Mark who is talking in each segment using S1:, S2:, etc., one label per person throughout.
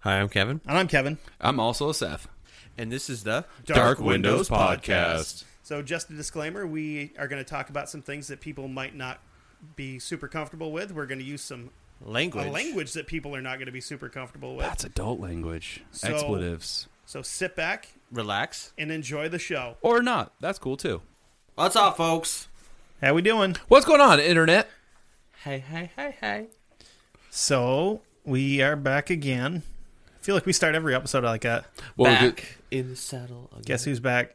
S1: Hi, I'm Kevin.
S2: And I'm Kevin.
S3: I'm also a Seth.
S1: And this is the
S3: Dark Windows Podcast.
S2: So, just a disclaimer we are going to talk about some things that people might not be super comfortable with. We're going to use some
S1: language.
S2: a language that people are not going to be super comfortable with.
S3: That's adult language.
S2: So-
S3: Expletives.
S2: So, sit back
S1: Relax.
S2: and enjoy the show.
S3: Or not. That's cool too.
S1: What's up, folks?
S2: How we doing?
S3: What's going on, internet?
S1: Hey, hey, hey, hey.
S2: So, we are back again. I feel like we start every episode like that.
S3: Well, we
S1: back
S3: could-
S1: in the saddle. Again.
S2: Guess who's back?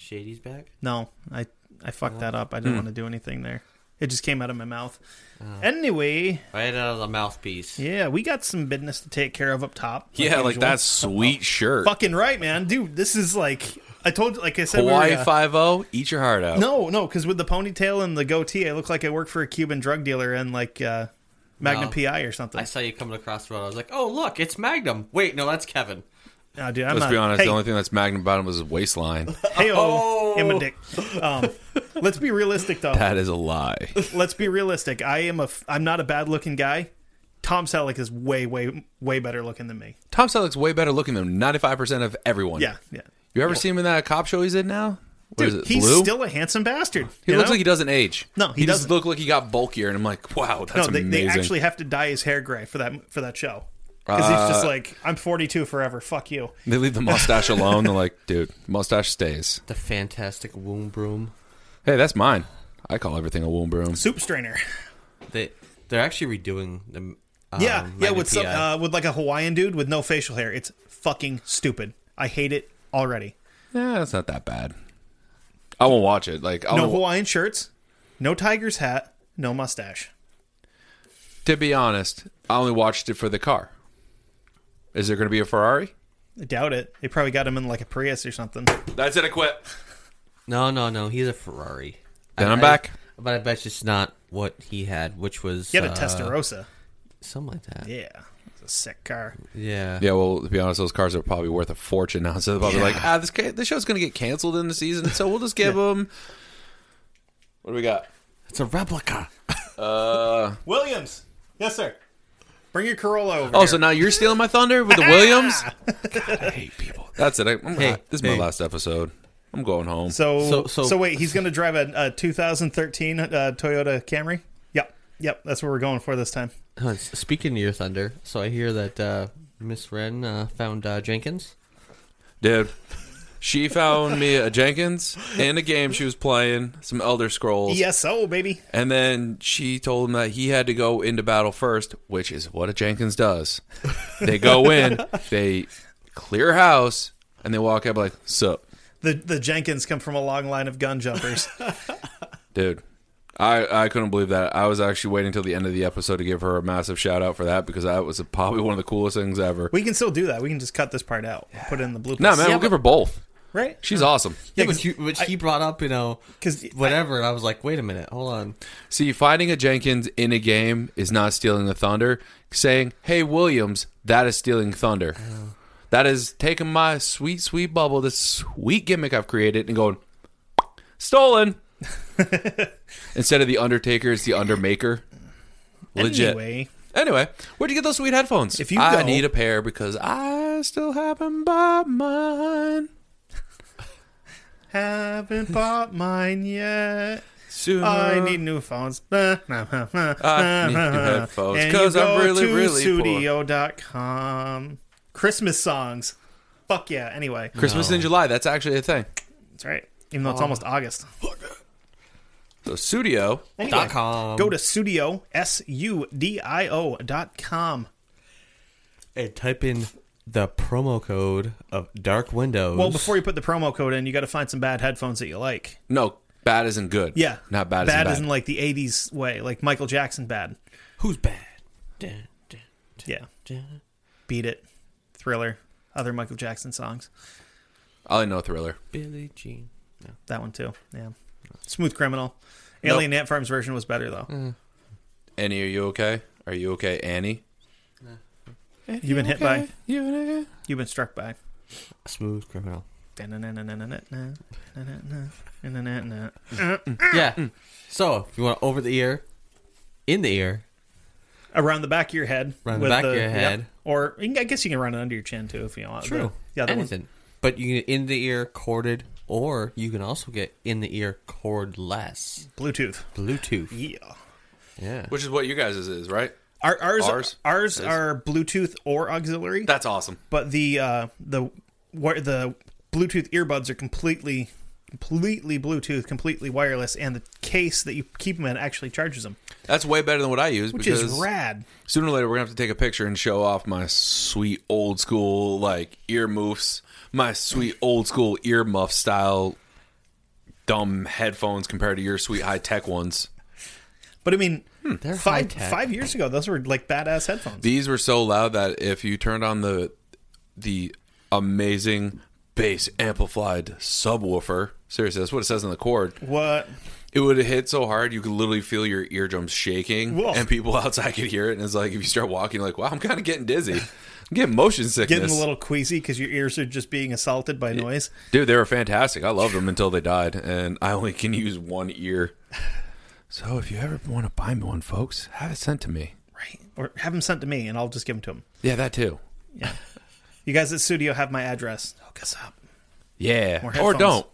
S1: Shady's back.
S2: No, I I fucked that up. I
S3: Hmm.
S2: didn't want to do anything there. It just came out of my mouth.
S3: Oh.
S2: Anyway,
S1: Right out of the mouthpiece.
S2: yeah, we got some business to take care of up top.
S3: yeah, like
S2: usual.
S3: that sweet shirt.
S2: Fucking right, man, dude. This is like I told, like I said, we were,
S3: Hawaii
S2: uh,
S3: Five O. Eat your heart out.
S2: no, no, because with the ponytail and the goatee, I look like I work for a Cuban drug dealer and like uh, Magnum
S1: No.
S2: PI or something.
S1: I saw you coming across the road. I was like, oh, look, it's Magnum. Wait, no, that's Kevin.
S2: No, dude, I'm
S3: Let's
S2: not,
S3: be honest.
S2: Hey,
S3: The only thing that's magnum about him was his waistline.
S2: hey,
S1: Oh.
S2: oh, I'm a dick. Um, let's be realistic, though.
S3: that is a lie.
S2: let's be realistic. I am a, f- I'm not a bad looking guy. Tom Selleck is way, way, way better looking than me.
S3: Tom Selleck's way better looking than ninety five percent of everyone.
S2: Yeah, yeah.
S3: You ever seen heen him in that cop show he's in now? What
S2: Dude,
S3: is it?
S2: he's
S3: Blue?
S2: still a handsome bastard.
S3: He
S2: you
S3: looks
S2: know?
S3: like he doesn't age.
S2: No, he
S3: just
S2: doesn't.
S3: looked like he got bulkier, and I'm like, wow,
S2: no,
S3: that's
S2: they,
S3: amazing.
S2: they actually have to dye his hair gray for that for that show because he's just like, I'm 42 forever. Fuck you.
S3: They leave the mustache alone. They're like, dude, mustache stays.
S1: The fantastic womb broom.
S3: Hey, that's mine. I call everything a womb broom.
S2: Soup strainer.
S1: They, they're actually redoing the. Um,
S2: Yeah, yeah,
S1: Magnum
S2: with some,
S1: PI.
S2: uh, with like a Hawaiian dude with no facial hair. It's fucking stupid. I hate it already.
S3: Yeah, that's not that bad. I won't watch it. Like, I'll,
S2: No Hawaiian shirts, no tiger's hat, no mustache.
S3: to be honest, I only watched it for the car. Is there going to be a Ferrari?
S2: I doubt it. They probably got him in like a Prius or something.
S3: That's it. I quit.
S1: No, no, no. He's a Ferrari.
S3: Then
S1: I-
S3: I'm
S1: I-
S3: back.
S1: But I bet it's not what he had, which was
S2: Get a
S1: uh,
S2: Testarossa.
S1: something like that.
S2: Yeah, it's a sick car.
S1: Yeah.
S3: Yeah, well, to be honest, those cars are probably worth a fortune now. So they're probably
S2: Yeah.
S3: like, ah, this ca- this show's going to get canceled in the season, so we'll just give them. What do we got?
S1: It's a replica.
S2: Williams, yes sir. Bring your Corolla over.
S3: Oh,
S2: here.
S3: so now you're stealing my thunder with the Williams? God, I hate people. That's it. I, I'm
S1: Hey,
S3: this is
S1: hey.
S3: my last episode. I'm going home.
S2: So,
S1: So-
S2: so,
S1: so-
S2: wait, he's going to drive a, a 2013 uh, Toyota Camry. Yep, yep, that's what we're going for this time.
S1: Huh, s- Speaking of your thunder, so I hear that uh, Miss Wren uh, found uh, Jenkins.
S3: Dude, she found me a Jenkins and a game she was playing, some Elder Scrolls.
S2: ESO E baby.
S3: And then she told him that he had to go into battle first, which is what a Jenkins does. They go in, they clear house, and they walk out like, sup,
S2: The the Jenkins come from a long line of gun jumpers.
S3: dude. I, I couldn't believe that. I was actually waiting till the end of the episode to give her a massive shout out for that because that was probably one of the coolest things ever.
S2: we can still do that. We can just cut this part out, put it in the bloopers.
S3: No, man, we'll give her both.
S2: right?
S3: She's awesome.
S2: Yeah,
S1: Yeah, which,
S2: 'cause
S1: you, which
S2: I-
S1: he brought up, you know,
S2: 'Cause I-
S1: whatever. and I was like, wait a minute, hold on.
S3: See, finding a Jenkins in a game is not stealing the thunder. Saying, "Hey Williams," that is stealing thunder.
S2: Oh.
S3: That is taking my sweet, sweet bubble, this sweet gimmick I've created, and going stolen. Instead of the Undertaker, it's the Undermaker. Legit. Anyway.
S2: Anyway,
S3: where'd you get those sweet headphones?
S2: If you
S3: I
S2: go-
S3: need a pair because I still haven't bought mine.
S2: haven't bought mine yet.
S3: Soon
S2: I need new phones. I
S3: Uh, I need new headphones 'cause I'm really, really poor.
S2: studio.com. Christmas songs. Fuck yeah. Anyway,
S3: Christmas in July. That's actually a thing.
S2: that's right. Even
S1: Uh,
S2: though it's almost August.
S1: um,
S3: So studio.
S2: Anyway,
S1: Dot com.
S2: Go to studio s u d i o dot com.
S1: and type in the promo code of Dark Windows.
S2: Well, before you put the promo code in, you got to find some bad headphones that you like.
S3: No, Bad isn't good.
S2: Yeah.
S3: Not bad,
S2: Bad
S3: isn't
S2: isn't
S3: bad.
S2: like the 80s way, like Michael Jackson bad.
S1: Who's bad? Dun, dun,
S2: Yeah.
S1: dun.
S2: Beat It, Thriller, other Michael Jackson songs.
S3: I know Thriller.
S1: Billie Jean. No.
S2: That one too. Yeah. Smooth Criminal.
S3: Nope.
S2: Alien Ant Farm's version was better though.
S1: Mm.
S3: Annie, are you okay? Are you okay, Annie?
S2: You've been hit by.
S3: You okay?
S2: You've been struck by.
S1: Smooth criminal. Yeah. Mm. So if you want over the ear, in the ear,
S2: Around the back of your head.
S1: Around the
S2: with
S1: back of your head.
S2: yep. Or you can- I guess you can run it under your chin too if you want.
S1: true.
S2: The other one.
S1: Anything. But you can in the ear corded, or you can also get in the ear cordless
S2: Bluetooth.
S1: Bluetooth.
S2: Yeah.
S1: Yeah.
S3: Which is what you guys is, right?
S2: Our, ours
S3: Ours
S2: ours,
S3: is-
S2: are Bluetooth or auxiliary,
S3: That's awesome.
S2: but the uh, the where the Bluetooth earbuds are completely completely Bluetooth, completely wireless, and the case that you keep them in actually charges them,
S3: That's way better than what I use
S2: which
S3: because
S2: is rad.
S3: sooner or later we're gonna have to take a picture and show off my sweet old school like ear muffs, my sweet old school ear muff style dumb headphones compared to your sweet high tech ones.
S2: But I mean,
S1: They're
S2: five
S1: high-tech.
S2: five years ago, those were like badass headphones.
S3: These were so loud that if you turned on the the amazing bass amplified subwoofer, seriously, that's what it says on the cord.
S2: what?
S3: It would have hit so hard you could literally feel your eardrums shaking,
S2: Whoa.
S3: and people outside could hear it. And it's like if you start walking, you're like, wow, I'm kind of getting dizzy, I'm getting motion sickness.
S2: Getting a little queasy because your ears are just being assaulted by noise.
S3: Dude, they were fantastic. I loved them until they died, and I only can use one ear. So if you ever want to buy me one, folks, have it sent to me.
S2: Right. Or have them sent to me, and I'll just give them to them.
S3: Yeah, that too.
S2: You guys at studio have my address. Hook us up.
S3: Yeah,
S2: More
S3: or
S2: headphones.
S3: don't.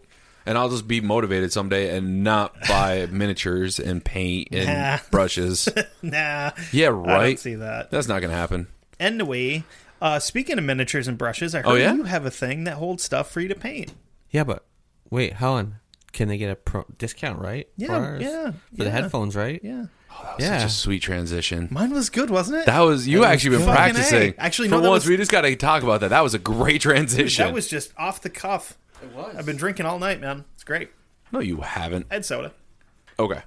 S3: And I'll just be motivated someday and not buy miniatures and paint and
S2: Nah.
S3: brushes.
S2: Nah. I
S3: Yeah, right.
S2: don't see that.
S3: That's not gonna happen.
S2: Anyway, uh, speaking of miniatures and brushes, I heard
S3: Oh, yeah?
S2: you have a thing that holds stuff for you to paint.
S1: Yeah, but wait, Helen, can they get a pro- discount, right?
S2: Yeah,
S1: for ours?
S2: yeah,
S1: For the
S2: yeah.
S1: headphones, right?
S2: Yeah,
S3: That was
S1: Yeah.
S3: such a sweet transition.
S2: mine was good, wasn't it?
S3: That was you
S2: That was
S3: actually been
S2: fucking A.
S3: practicing.
S2: Actually,
S3: for
S2: no, that
S3: once
S2: was-
S3: we just got to talk about that. That was a great transition.
S2: That was just off the cuff.
S1: It was.
S2: I've been drinking all night, man. It's great.
S3: no, you haven't.
S2: I had soda.
S3: Okay,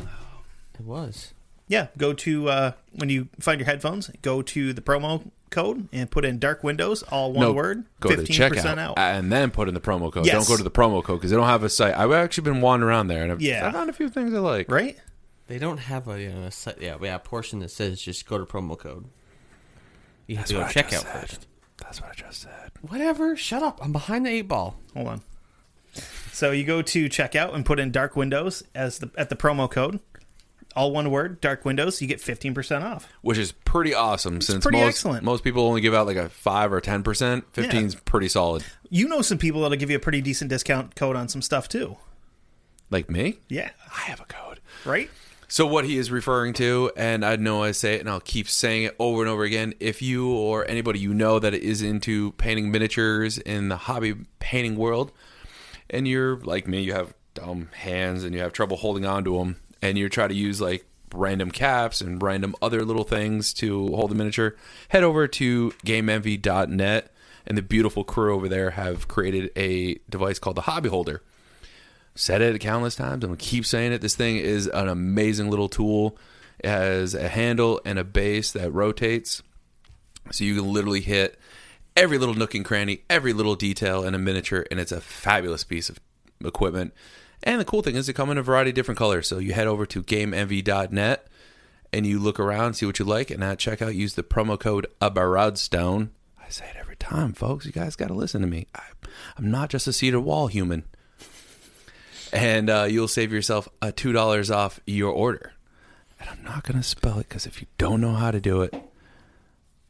S1: It was.
S2: Yeah, go to uh, when you find your headphones, go to the promo code and put in dark windows, all one
S3: no
S2: word,
S3: Go to the checkout and then put in the promo code.
S2: Yes.
S3: Don't go to the promo code because they don't have a site. I've actually been wandering around there and I've,
S2: Yeah.
S3: I found a few things I like.
S2: Right?
S1: They don't have a, you know, a set, yeah, yeah, a portion that says just go to promo code. You have
S3: That's what I
S1: to go check
S3: just
S1: out
S3: said.
S1: first.
S3: That's what I just said.
S1: Whatever. Shut up. I'm behind the eight ball.
S2: Hold on. So you go to checkout and put in dark windows as the at the promo code, all one word, dark windows. You get fifteen percent off.
S3: Which is pretty awesome since
S2: pretty
S3: most
S2: excellent.
S3: most people only give out like a five or ten percent. Fifteen's pretty solid.
S2: You know some people that'll give you a pretty decent discount code on some stuff too.
S3: Like me,
S2: Yeah,
S3: I have a code.
S2: right.
S3: So what he is referring to, and I know I say it, and I'll keep saying it over and over again. If you or anybody you know that is into painting miniatures in the hobby painting world, and you're like me, you have dumb hands and you have trouble holding on to them, and you try to use like random caps and random other little things to hold the miniature, head over to GameEnvy.net, and the beautiful crew over there have created a device called the Hobby Holder said it countless times. I'm gonna keep saying it. This thing is an amazing little tool. It has a handle and a base that rotates, so you can literally hit every little nook and cranny, every little detail in a miniature, and it's a fabulous piece of equipment. And the cool thing is, they come in a variety of different colors. So you head over to GameEnvy.net and you look around, see what you like, and at checkout, use the promo code ABARODSTONE. I say it every time, folks. You guys got to listen to me. I, I'm not just a cedar wall human and uh, you'll save yourself a two dollars off your order. And I'm not gonna spell it because if you don't know how to do it,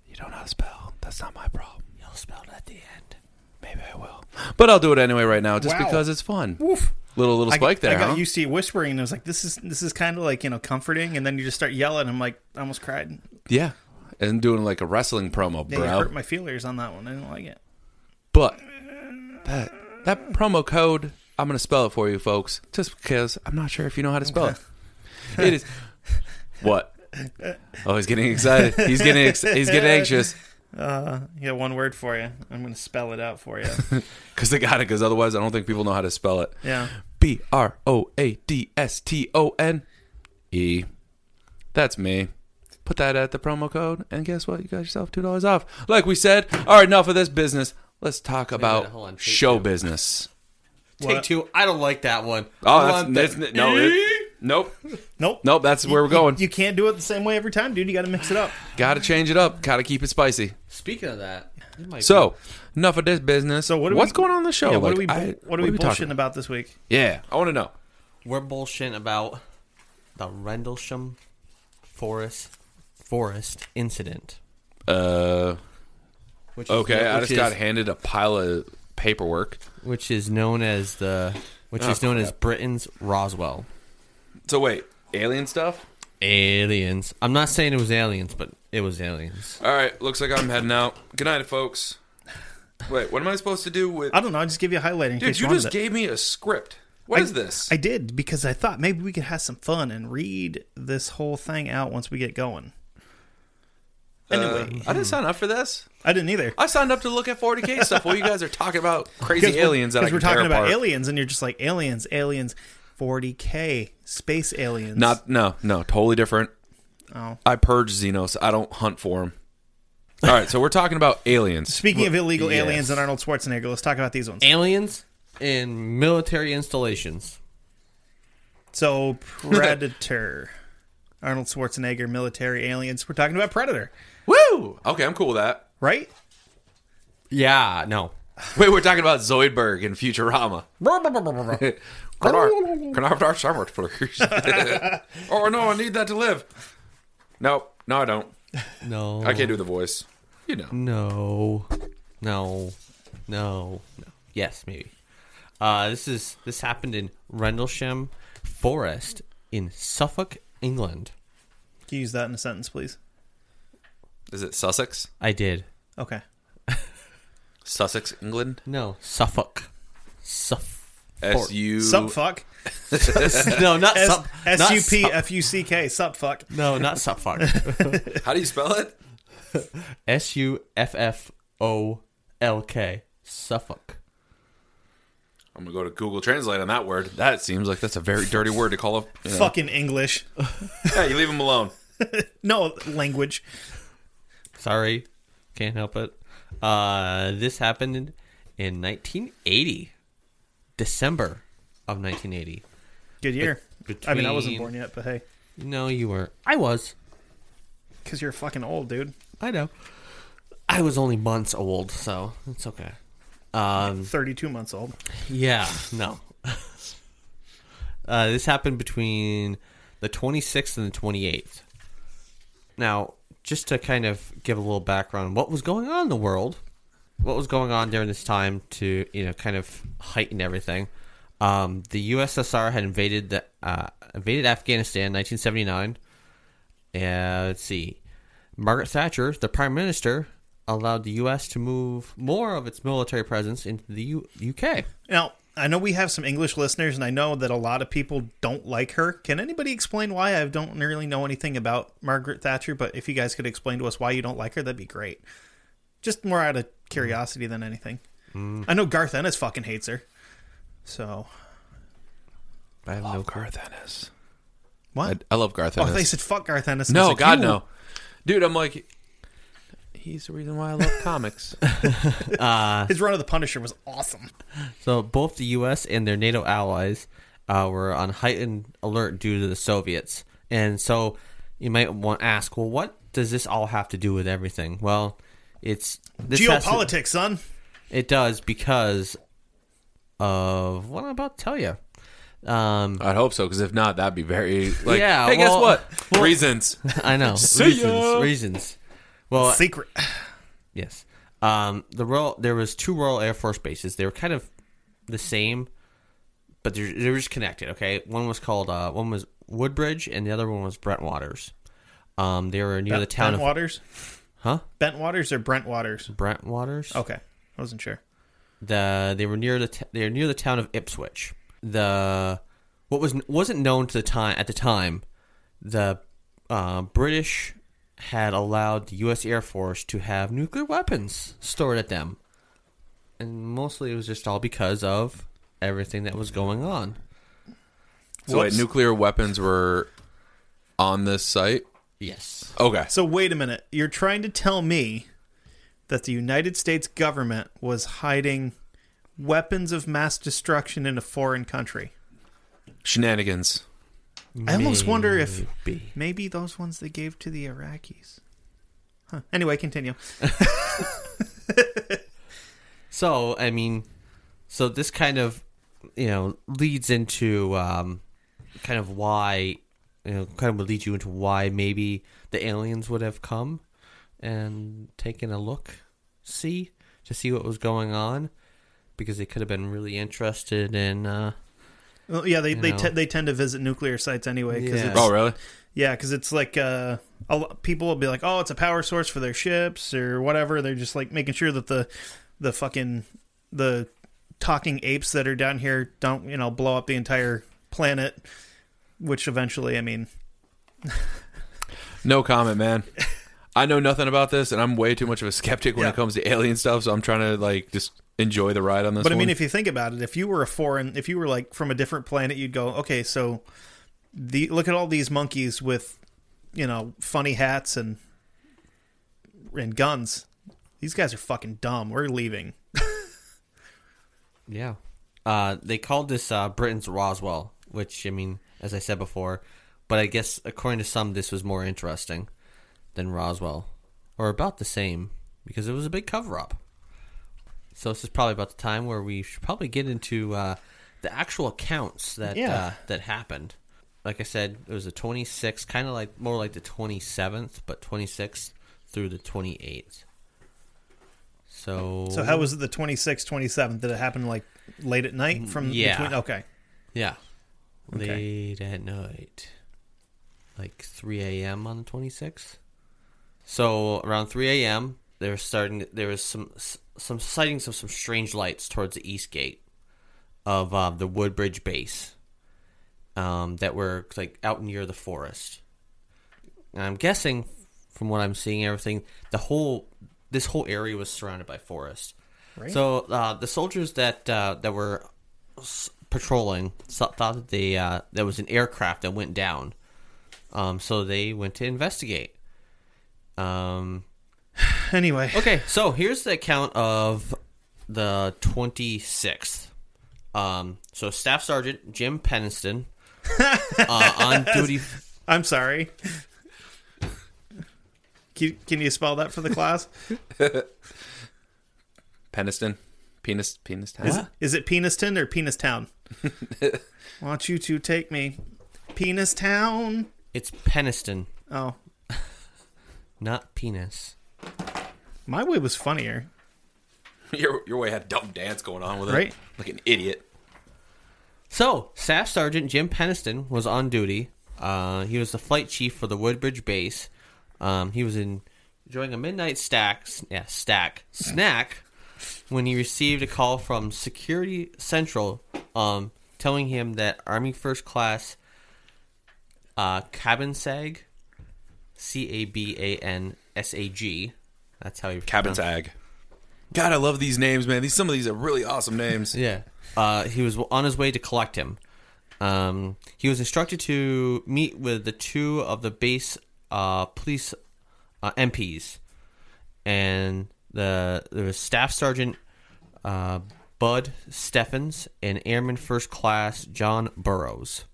S3: you don't know how to spell. That's not my problem.
S1: You'll spell it at the end.
S3: Maybe I will, but I'll do it anyway right now, just
S2: Wow.
S3: because it's fun.
S2: Woof.
S3: Little little
S2: I,
S3: spike there.
S2: I got
S3: huh?
S2: used to you whispering, and I was like, "This is this is kind of like you know comforting." And then you just start yelling. I'm like, I almost cried.
S3: yeah, and doing like a wrestling promo,
S2: Yeah,
S3: bro.
S2: you hurt my feelers on that one. I didn't like it.
S3: But that that promo code, I'm gonna spell it for you, folks, just because I'm not sure if you know how to spell it. It is what? Oh, he's getting excited. He's getting ex- he's getting anxious.
S2: Uh, yeah, one word for you. I'm gonna spell it out for you.
S3: because they got it. Because otherwise, I don't think people know how to spell it.
S2: Yeah.
S3: B R O A D S T O N E. That's me. Put that at the promo code, and guess what? You got yourself two dollars off. Like we said. All right, enough of this business. Let's talk about
S1: minute, hold on. Take
S3: show
S1: two.
S3: business.
S1: Take two. I don't like that one.
S3: Oh,
S1: I
S3: that's,
S1: want
S3: that's,
S1: the-
S3: no,
S2: E?
S3: it, nope,
S2: Nope.
S3: nope. That's where we're going.
S2: You can't do it the same way every time, dude. You got to mix it up.
S3: Got to change it up. Got to keep it spicy.
S1: Speaking of that, it might
S3: So, enough of this business.
S2: So what are
S3: What's
S2: we-
S3: going on in the show?
S2: yeah, what
S3: Like,
S2: are we?
S3: I-
S2: what are we,
S3: talking
S2: bullshitting about? this week?
S3: Yeah, I want to know.
S1: be- we're bullshitting about the Rendlesham Forest Forest incident.
S3: Uh,
S1: Which
S3: okay,
S1: is,
S3: I
S1: which
S3: just got
S1: is-
S3: handed a pile of paperwork.
S1: which is known as the which
S3: Oh,
S1: is known as
S3: crap.
S1: Britain's Roswell.
S3: So wait, alien stuff.
S1: Aliens. I'm not saying it was aliens, but it was aliens.
S3: All right, looks like I'm heading out. Good night, folks. Wait, what am I supposed to do with?
S2: I don't know. I'll just give you a highlight in
S3: Dude,
S2: case
S3: you
S2: you wanted
S3: just
S2: it.
S3: gave me a script. What is
S2: I-
S3: this?
S2: I did because I thought maybe we could have some fun and read this whole thing out once we get going. Anyway,
S3: Uh, I didn't sign up for this.
S2: I didn't either.
S3: Um, I signed up to look at 40k stuff. Well, you guys are talking about crazy
S2: 'Cause we're-
S3: aliens that I
S2: 'cause
S3: can
S2: we're talking
S3: tear
S2: about
S3: apart.
S2: aliens, and you're just like aliens, aliens, 40k space aliens.
S3: Not no no totally different.
S2: Oh.
S3: I purge Xenos. I don't hunt for them. All right, so we're talking about aliens.
S2: speaking of illegal
S3: Yes.
S2: aliens and Arnold Schwarzenegger. Let's talk about these ones.
S1: Aliens in military installations.
S2: So Predator, Arnold Schwarzenegger, military aliens. We're talking about Predator,
S3: Woo! Okay, I'm cool with that.
S2: right?
S1: Yeah, no.
S3: Wait, we're talking about Zoidberg and Futurama. Can I, can I have dark sandwich, please? oh no, I need that to live. No, no, I don't.
S1: No.
S3: I can't do the voice. You know.
S1: No. No. No. No. Yes, maybe. Uh, this is this happened in Rendlesham Forest in Suffolk, England.
S2: Can you use that in a sentence, please?
S3: Is it Sussex?
S1: I did.
S2: Okay.
S3: Sussex, England.
S1: No, Suffolk. Suff.
S3: S U.
S2: Sup fuck.
S1: No, not
S2: S
S1: Suff. not
S2: U P
S1: Suff-
S2: F U C K. Sup fuck.
S1: No, not Suffolk.
S3: How do you spell it?
S1: S U F F O L K. Suffolk.
S3: I'm gonna go to Google Translate on that word. That seems like that's a very dirty word to call up. You know.
S2: Fucking English.
S3: Hey, you leave him alone.
S2: No language.
S1: Sorry, can't help it. Uh, this happened in, in 1980, December of 1980.
S2: Good year.
S1: Bet-
S2: I mean, I wasn't
S1: between-
S2: born yet, but hey,
S1: No, you weren't. I was.
S2: because you're fucking old, dude.
S1: I know. I was only months old, so it's okay. Um,
S2: Thirty-two months old.
S1: yeah, no. uh, this happened between the 26th and the 28th. Now, just to kind of give a little background, on what was going on in the world? What was going on during this time to you know kind of heighten everything? Um, the USSR had invaded the uh, invaded Afghanistan in 1979. Uh, let's see, Margaret Thatcher, the prime minister, allowed the U.S. to move more of its military presence into the U- UK.
S2: Now, I know we have some English listeners, and I know that a lot of people don't like her. Can anybody explain why? I don't really know anything about Margaret Thatcher, but if you guys could explain to us why you don't like her, that'd be great. Just more out of curiosity than anything. I know Garth Ennis fucking hates her. So
S1: I have no
S3: Garth Ennis. I,
S2: what?
S3: I love Garth
S2: oh,
S3: Ennis.
S2: they said fuck Garth Ennis. and I was
S3: no,
S2: like,
S3: God,
S2: you-
S3: no, dude. I'm like, he's the reason why I love comics.
S2: His run of the Punisher was awesome.
S1: So both the U.S. and their NATO allies uh, were on heightened alert due to the Soviets. And so you might want to ask, well, what does this all have to do with everything? Well, it's this has to-
S2: Geopolitics, son.
S1: it does because of what I'm about to tell you. Um,
S3: I'd hope so, because if not, that'd be very like.
S1: Yeah,
S3: hey,
S1: well-
S3: guess what? Reasons.
S1: I know
S3: See
S1: reasons.
S3: ya.
S1: Reasons. Well,
S2: Secret.
S1: Yes. Um, the Royal there was two Royal Air Force bases. They were kind of the same, but they're, they were just connected. Okay, one was called uh, one was Woodbridge, and the other one was Brent Waters. Um, they were near the town
S2: Bent
S1: of
S2: Waters.
S1: huh
S2: Bent Waters or Brent Waters?
S1: Brent Waters.
S2: Okay, I wasn't sure.
S1: The they were near the t- they were near the town of Ipswich. The what was wasn't known to the time at the time, the uh, British had allowed the U.S. Air Force to have nuclear weapons stored at them, and mostly it was just all because of everything that was going on.
S3: So wait,
S2: Whoops.
S3: nuclear weapons were on this site.
S1: Yes.
S3: Okay.
S2: So wait a minute. You're trying to tell me that the United States government was hiding weapons of mass destruction in a foreign country.
S3: Shenanigans.
S2: I almost wonder if
S1: Maybe.
S2: maybe those ones they gave to the Iraqis. Huh. Anyway, continue.
S1: So, I mean, so this kind of, you know, leads into um, kind of why, you know, kind of would lead you into why maybe the aliens would have come and taken a look, see, to see what was going on, because they could have been really interested in, uh,
S2: Well, yeah, they they,
S1: know.
S2: te- they tend to visit nuclear sites anyway. Cause
S1: Yeah.
S2: It's,
S3: Oh, really?
S2: yeah, because it's like uh, a lo- people will be like, oh, it's a power source for their ships or whatever. They're just like making sure that the the fucking the talking apes that are down here don't you know blow up the entire planet. Which eventually, I mean,
S3: No comment, man. I know nothing about this, and I'm way too much of a skeptic when
S2: Yeah.
S3: it comes to alien stuff. So I'm trying to like just enjoy the ride on this.
S2: but I mean,
S3: one.
S2: if you think about it, if you were a foreign, if you were like from a different planet, you'd go, okay, so the look at all these monkeys with you know funny hats and and guns. These guys are fucking dumb. We're leaving.
S1: yeah. Uh, they called this uh, Britain's Roswell, which, I mean, as I said before, but I guess according to some, this was more interesting than Roswell, or about the same, because it was a big cover up. So this is probably about the time where we should probably get into uh, the actual accounts that
S2: Yeah.
S1: uh, that happened. Like I said, it was the 26th, kind of like more like the 27th, but 26th through the 28th. So
S2: So how was it the 26th, 27th? Did it happen like late at night from
S1: Mm, Yeah.
S2: between? Okay.
S1: Yeah.
S2: Okay.
S1: Late at night. Like 3 a.m. on the 26th. So around 3 a.m., they were starting. There was some some sightings of some strange lights towards the east gate of uh, the Woodbridge base um, that were like out near the forest. And I'm guessing from what I'm seeing, everything the whole this whole area was surrounded by forest.
S2: Right.
S1: So uh, the soldiers that uh, that were s- patrolling so- thought that they uh, there was an aircraft that went down. Um, so they went to investigate. Um,
S2: Anyway,
S1: Okay, so here's the account of the 26th. Um, so Staff Sergeant Jim Peniston uh, on duty.
S2: I'm sorry. Can, can you spell that for the class?
S3: Peniston, penis, penis town.
S2: Is, is it Peniston or Penis Town? Want you to take me, Penis Town?
S1: It's Peniston,
S2: Oh,
S1: not penis.
S2: my way was funnier.
S3: Your your way had a dumb dance going on with it,
S2: Right.
S3: Like an idiot.
S1: So Staff Sergeant Jim Peniston was on duty. Uh, he was the flight chief for the Woodbridge base. Um, he was in, enjoying a midnight stack, yeah, stack snack when he received a call from Security Central um, telling him that Army First Class uh, Cabin Sag, C A B A N S A G, that's how you
S3: Cabin
S1: pronounce-
S3: tag. God, I love these names, man. These some of these are really awesome names.
S1: Yeah. Uh, he was on his way to collect him. Um, he was instructed to meet with the two of the base uh, police uh, MPs, and the there was Staff Sergeant uh, Bud Steffens and Airman First Class John Burrows.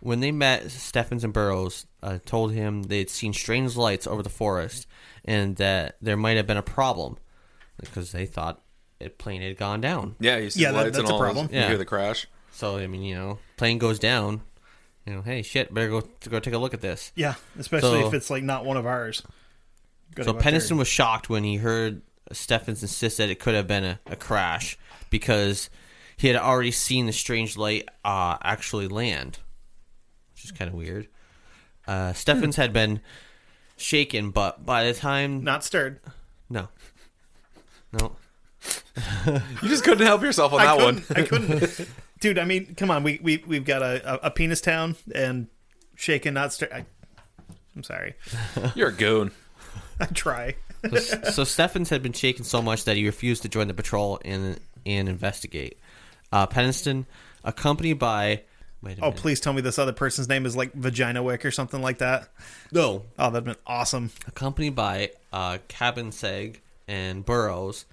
S1: When they met, Steffens and Burrows uh, told him they had seen strange lights over the forest and that there might have been a problem because they thought a plane had gone down.
S3: Yeah, you see
S2: Yeah, that-
S3: lights and
S2: that's a
S3: all.
S2: problem.
S3: You
S1: Yeah.
S3: hear the crash.
S1: So I mean, you know, plane goes down. You know, hey, shit, better go go take a look at this.
S2: Yeah, especially
S1: So-
S2: if it's like not one of ours. Gotta
S1: So
S2: go out there.
S1: Peniston was shocked when he heard Steffens insist that it could have been a, a crash because he had already seen the strange light uh, actually land, which is kind of weird. Uh, Steffens had been shaken, but by the time
S2: not stirred.
S1: no, no,
S3: You just couldn't help yourself on
S2: I
S3: that
S2: couldn't,
S3: one.
S2: I couldn't. Dude, I mean, come on. We we we've got a, a, a penis town and shaken, not stirred. I, I'm sorry.
S3: You're a goon.
S2: I try.
S1: so, so Steffens had been shaken so much that he refused to join the patrol and and investigate. Uh, Peniston, accompanied by Wait a
S2: Oh,
S1: minute.
S2: please tell me this other person's name is like Vagina Wick or something like that.
S1: No.
S2: Oh, that'd been awesome.
S1: Accompanied by uh, Cabin Seg and Burrows,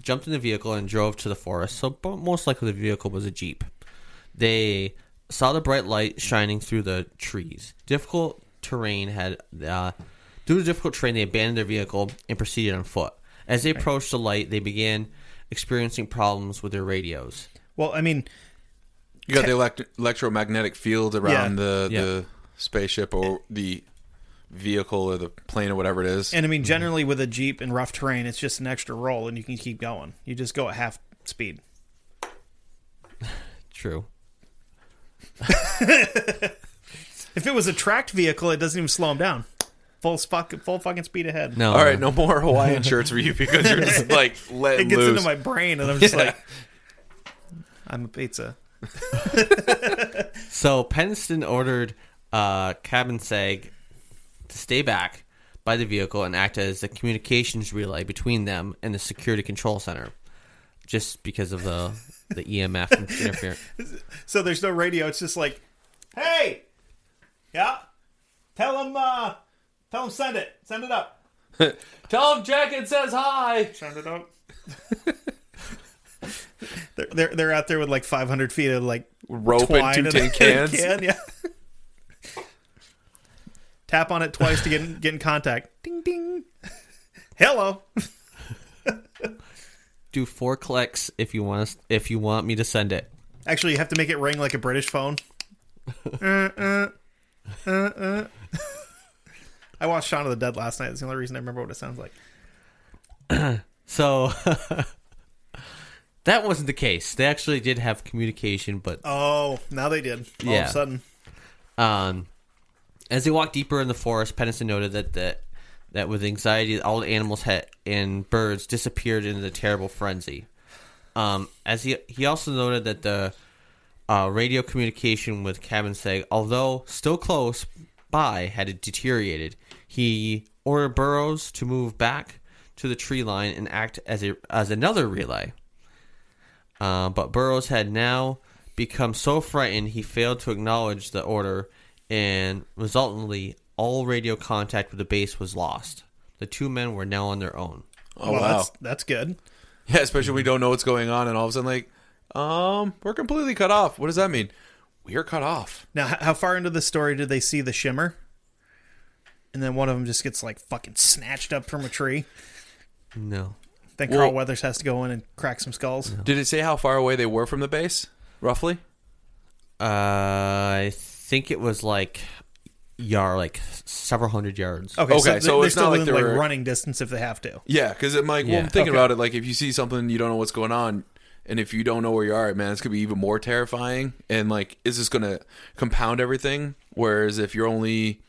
S1: jumped in the vehicle and drove to the forest. So bo- most likely the vehicle was a jeep. They saw the bright light shining through the trees. Difficult terrain had uh, due to difficult terrain, they abandoned their vehicle and proceeded on foot. As they approached the light, they began experiencing problems with their radios.
S2: Well, I mean,
S3: You got the elect- electromagnetic field around
S2: Yeah.
S3: the
S1: Yeah.
S3: the spaceship or the vehicle or the plane or whatever it is.
S2: and I mean, generally with a Jeep in rough terrain, it's just an extra roll and you can keep going. You just go at half speed.
S1: True.
S2: If it was a tracked vehicle, it doesn't even slow them down. Full, spuck, full fucking speed ahead.
S1: No.
S3: All right, no more Hawaiian shirts for you because you're just like letting
S2: It gets
S3: loose.
S2: into my brain and I'm just like, I'm a pizza.
S1: So Peniston ordered uh, Cabin Sag to stay back by the vehicle and act as the communications relay between them and the security control center, just because of the the EMF and interference.
S2: So there's no radio. It's just like, hey, yeah, tell him, uh, tell him send it. Send it up.
S3: Tell him Jacket says hi.
S2: Send it up. they're, they're, they're out there with like 500 feet of like
S3: Rope
S2: twine
S3: and two
S2: a
S3: tin cans.
S2: Can, yeah. Tap on it twice to get in, get in contact. Ding ding. Hello.
S1: Do four clicks if you want us, if you want me to send it.
S2: Actually, you have to make it ring like a British phone. Uh, uh, uh, uh. I watched Shaun of the Dead last night. That's the only reason I remember what it sounds like.
S1: So that wasn't the case. They actually did have communication, but
S2: Oh, now they did. All
S1: Yeah.
S2: of a sudden.
S1: Um, as they walked deeper in the forest, Pennison noted that that that with anxiety, all the animals had, and birds disappeared in the terrible frenzy. Um, as he he also noted that the uh, radio communication with Cabin Seg, although still close by, had deteriorated. He ordered Burrows to move back to the tree line and act as a as another relay. Uh, but Burroughs had now become so frightened he failed to acknowledge the order, and resultantly, all radio contact with the base was lost. The two men were now on their own.
S3: Oh
S2: well,
S3: wow.
S2: that's, that's good.
S3: Yeah, especially when we don't know what's going on, and all of a sudden, like, um, we're completely cut off. What does that mean? We are cut off.
S2: Now, h- how far into the story did they see the shimmer? And then one of them just gets like fucking snatched up from a tree.
S1: No.
S2: Then
S3: Well-
S2: Carl Weathers has to go in and crack some skulls.
S3: Did it say how far away they were from the base, roughly?
S1: Uh, I think it was like yar, like s- several hundred yards.
S2: Okay, so,
S3: Okay, so
S2: they,
S3: it's
S2: they're
S3: not
S2: still
S3: like
S2: within
S3: they
S2: like
S3: were-
S2: running distance if they have to.
S3: Yeah, because I'm like, well,
S1: Yeah.
S3: I'm thinking
S2: Okay.
S3: about it. Like, if you see something you don't know what's going on, and if you don't know where you are, man, it's gonna be even more terrifying. And like, is this gonna compound everything? Whereas if you're only,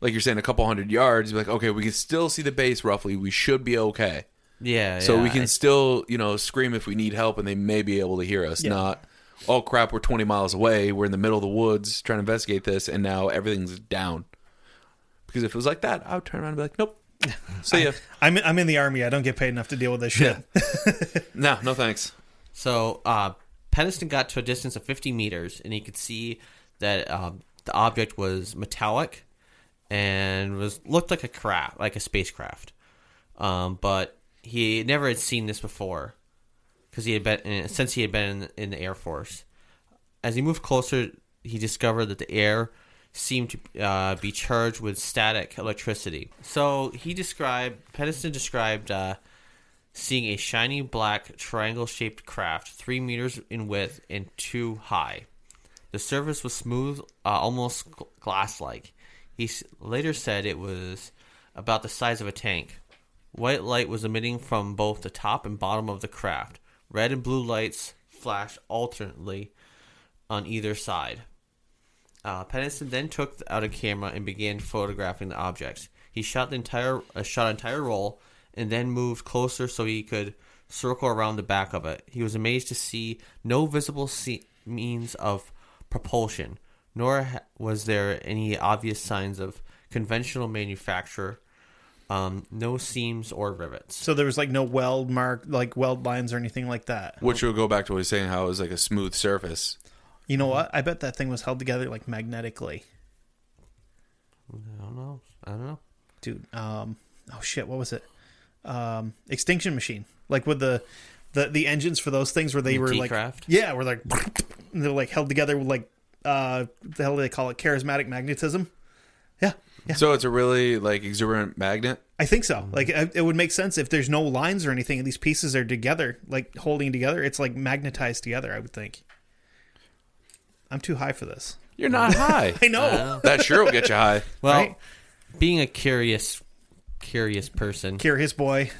S3: like you're saying, a couple hundred yards, you're like, okay, we can still see the base roughly. We should be okay.
S1: Yeah.
S3: So we
S1: yeah,
S3: can
S1: I-
S3: still, you know, scream if we need help, and they may be able to hear us. Not, oh crap, we're 20 miles away. We're in the middle of the woods trying to investigate this, and now everything's down. Because if it was like that, I would turn around and be like, nope. See ya.
S2: I'm I'm in the army. I don't get paid enough to deal with this shit.
S3: no, no thanks.
S1: So uh, Peniston got to a distance of 50 meters, and he could see that um, the object was metallic and was looked like a craft, like a spacecraft. Um, but he never had seen this before because he had been uh, since he had been in, in the Air Force. As he moved closer, he discovered that the air seemed to uh, be charged with static electricity. So he described, Peniston described uh, seeing a shiny black triangle shaped craft three meters in width and two high. The surface was smooth, uh, almost glass like. He s- later said it was about the size of a tank. White light was emitting from both the top and bottom of the craft. Red and blue lights flashed alternately on either side. Uh, Pennison then took out a camera and began photographing the objects. He shot the entire uh, shot entire roll and then moved closer so he could circle around the back of it. He was amazed to see no visible se- means of propulsion, nor ha- was there any obvious signs of conventional manufacture. Um, no seams or rivets.
S2: so there was like no weld mark, like weld lines or anything like that.
S3: Which will go back to what he's saying, how it was like a smooth surface.
S2: You know what? I bet that thing was held together like magnetically.
S1: I don't know. I don't know.
S2: dude. Um, oh shit, what was it? Um, Extinction Machine, like with the the the engines for those things where they
S1: The
S2: were
S1: T-craft?
S2: like, yeah, were like and they're like held together with like uh, the hell do they call it? Charismatic magnetism. Yeah, yeah,
S3: So it's a really like exuberant magnet.
S2: I think so. Like I- it would make sense if there's no lines or anything, and these pieces are together, like holding together. It's like magnetized together. I would think. I'm too high for this.
S3: You're not high.
S2: I know.
S3: that sure will get you high.
S1: Well,
S2: Right?
S1: being a curious, curious person,
S2: Curious boy.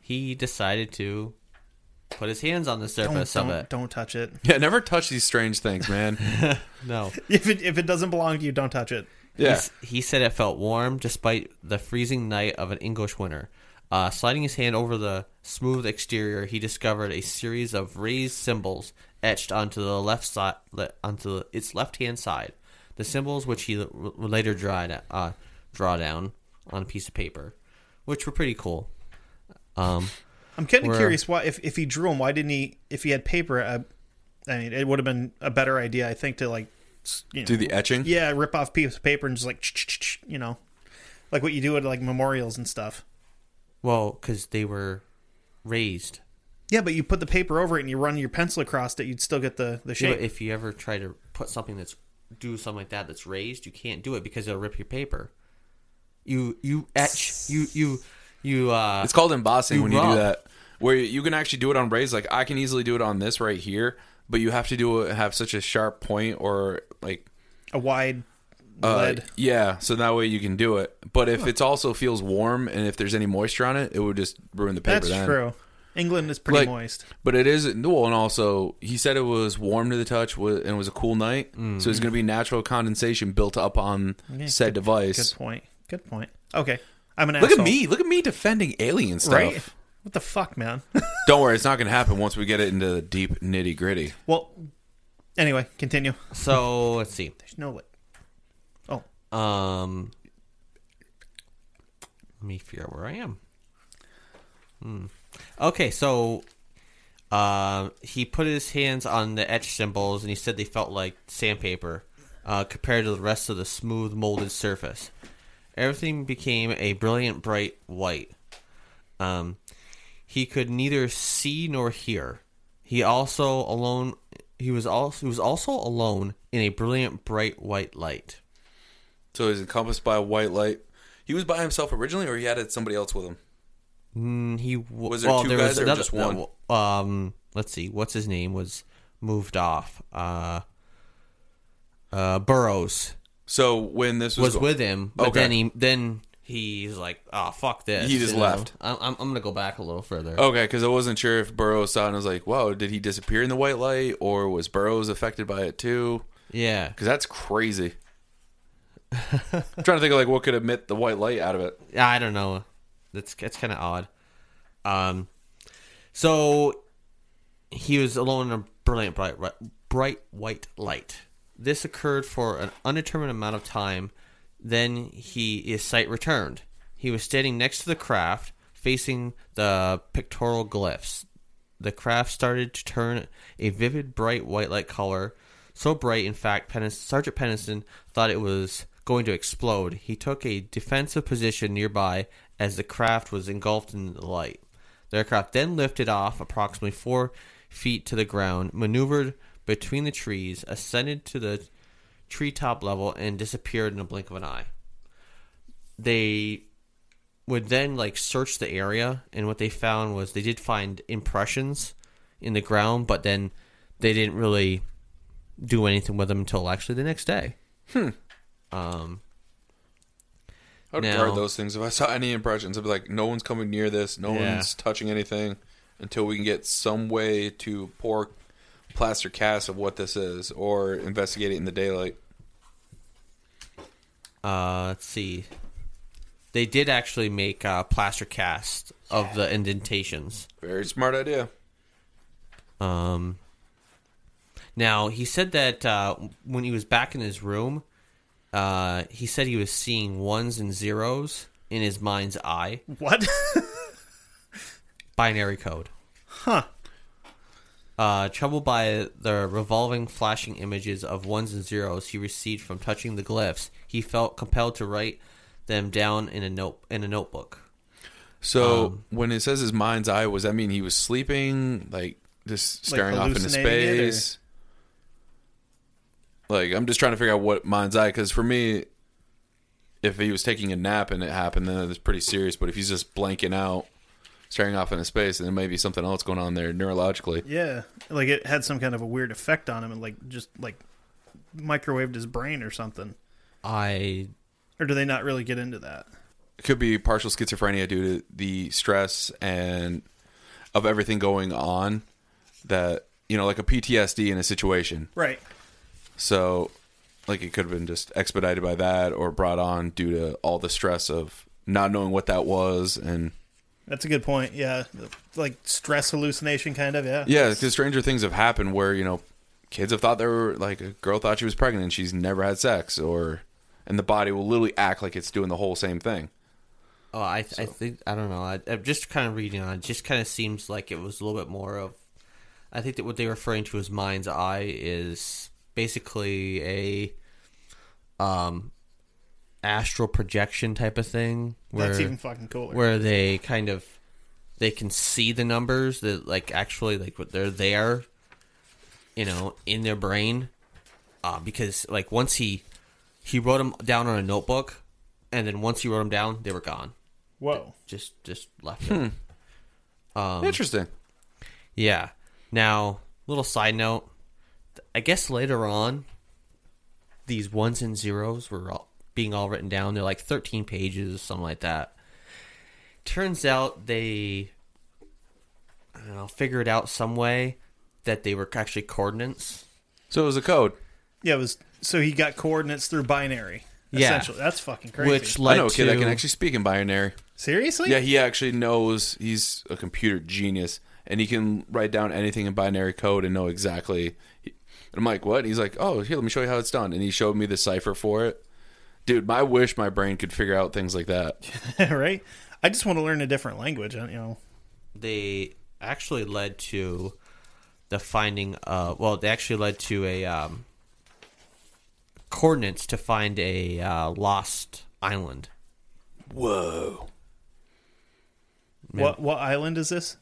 S1: he decided to put his hands on the
S2: Don't
S1: surface of
S2: don't,
S1: it.
S2: don't touch it.
S3: Yeah, never touch these strange things, man.
S1: No,
S2: If it if it doesn't belong to you, don't touch it.
S3: Yeah.
S1: He's- he said it felt warm despite the freezing night of an English winter. Uh, sliding his hand over the smooth exterior, he discovered a series of raised symbols etched onto the left side, le- onto the, its left-hand side. The symbols, which he l- l- later dried, uh, draw down on a piece of paper, which were pretty cool. Um,
S2: I'm kind of
S1: Where-
S2: curious why if, if he drew them, why didn't he? If he had paper, I, I mean, it would have been a better idea, I think, to like s- you know,
S3: Do the etching.
S2: yeah, rip off piece of paper and just like ch-ch-ch-ch, you know, like what you do at like memorials and stuff.
S1: well, because they were raised.
S2: Yeah, but you put the paper over it and you run your pencil across it, you'd still get the the
S1: Yeah,
S2: shape.
S1: but if you ever try to put something that's do something like that that's raised, you can't do it because it'll rip your paper. You you etch you you you uh
S3: It's called embossing
S1: You
S3: when you
S1: rub.
S3: do that. Where you can actually do it on rays. Like I can easily do it on this right here, but you have to do it, have such a sharp point or like
S2: a wide
S3: uh,
S2: lead.
S3: Yeah, so that way you can do it. But if it's also feels warm and if there's any moisture on it, it would just ruin the paper.
S2: That's
S3: then.
S2: true. England is pretty
S3: Like-
S2: moist.
S3: But it is well, and also he said it was warm to the touch wa- and it was a cool night, so it's going to be natural condensation built up on said
S2: Mm-hmm. Good
S3: device.
S2: point. Good point. Okay, I'm an
S3: Look
S2: asshole.
S3: at me! Look at me defending alien stuff.
S2: right? What the fuck, man?
S3: Don't worry, it's not going to happen once we get it into the deep nitty gritty.
S2: well, anyway, continue.
S1: so let's see.
S2: There's no way. Oh,
S1: Um Let me figure out where I am. Hmm. Okay, so uh, he put his hands on the etched symbols and he said they felt like sandpaper uh, compared to the rest of the smooth molded surface. Everything became a brilliant bright white. Um, he could neither see nor hear. He also alone he was also he was also alone in a brilliant bright white light.
S3: So he's encompassed by white light. He was by himself originally, or he had somebody else with him.
S1: Mm, he w-
S3: Was there
S1: well,
S3: two
S1: there
S3: guys
S1: was
S3: or
S1: another,
S3: just one?
S1: no, um, let's see. What's his name was moved off. Uh, uh, Burrows
S3: So when this was,
S1: was with him, but
S3: Okay.
S1: then he then he's like, "Oh fuck this."
S3: He just
S1: you know?
S3: left. Oh.
S1: I'm, I'm I'm gonna go back a little further.
S3: okay, because I wasn't sure if Burroughs saw it and I was like, "Whoa, did he disappear in the white light, or was Burroughs affected by it too?"
S1: Yeah,
S3: Because that's crazy. I'm trying to think of like what could emit the white light out of it.
S1: Yeah, I don't know. That's that's kind of odd. Um, so he was alone in a brilliant bright ri- bright white light. This occurred for an undetermined amount of time. Then he his sight returned. He was standing next to the craft, facing the pictorial glyphs. The craft started to turn a vivid, bright white light color, so bright, in fact, Pennis- Sergeant Pennison thought it was going to explode. He took a defensive position nearby as the craft was engulfed in the light. The aircraft then lifted off approximately four feet to the ground, maneuvered between the trees, ascended to the treetop level, and disappeared in a blink of an eye. They would then like search the area and what they found was they did find impressions in the ground but then they didn't really do anything with them until actually the next day
S3: I
S1: No.
S3: would guard those things. If I saw any impressions, I'd be like, "No one's coming near this. No
S1: Yeah.
S3: one's touching anything until we can get some way to pour plaster casts of what this is, or investigate it in the daylight."
S1: uh let's see they did actually make uh, plaster casts of the indentations
S3: Very smart idea.
S1: Um, now he said that uh, when he was back in his room, uh, he said he was seeing ones and zeros in his mind's eye,
S2: what?
S1: binary code.
S2: huh?
S1: Uh, troubled by the revolving flashing images of ones and zeros he received from touching the glyphs, he felt compelled to write them down in a note in a notebook.
S3: So
S2: Um,
S3: when it says his mind's eye, was that mean he was sleeping, like just
S2: Like
S3: staring off into
S2: hallucinating it, or-
S3: space? Like I'm just trying to figure out what mind's eye, because for me, if he was taking a nap and it happened, then it's pretty serious. But if he's just blanking out, staring off into space, then there may be something else going on there neurologically.
S2: Yeah, like it had some kind of a weird effect on him, and like just like microwaved his brain or something.
S1: I
S2: Or do they not really get into that?
S3: It could be partial schizophrenia due to the stress and of everything going on that you know, like a PTSD in a situation.
S2: Right.
S3: So, like, it could have been just expedited by that or brought on due to all the stress of not knowing what that was. And
S2: That's a good point. Yeah, like stress hallucination, kind of. Yeah.
S3: yeah, because stranger things have happened where, you know, kids have thought they were like a girl thought she was pregnant and she's never had sex, or and the body will literally act like it's doing the whole same thing.
S1: oh I I think I don't know. I, I'm just kind of reading on. It just kind of seems like it was a little bit more of. I think that what they're referring to as mind's eye is basically a, um, astral projection type of thing. Where
S2: That's even fucking cooler.
S1: where they kind of they can see the numbers that like actually like what they're there you know in their brain uh, because like once he he wrote them down on a notebook and then once he wrote them down they were gone
S2: Whoa.
S1: just just left them.
S3: Interesting.
S1: yeah now little side note i guess later on these ones and zeros were all being all written down they're like 13 pages something like that turns out they I don't know, figured out some way that they were actually coordinates.
S3: So it was a code.
S2: Yeah, it was. So he got coordinates through binary.
S1: Yeah.
S2: Essentially, that's fucking crazy.
S1: Which
S3: I
S1: led
S3: know a kid
S1: to
S3: that can actually speak in binary.
S2: seriously?
S3: Yeah, he actually knows he's a computer genius and he can write down anything in binary code and know exactly. And I'm like, what? And he's like, oh, here, let me show you how it's done. And he showed me the cipher for it. Dude, my wish my brain could figure out things like that.
S2: right. I just want to learn a different language. I- You know.
S1: they actually led to the finding uh well they actually led to a um coordinates to find a uh, lost island.
S3: Whoa.
S2: What what island is this?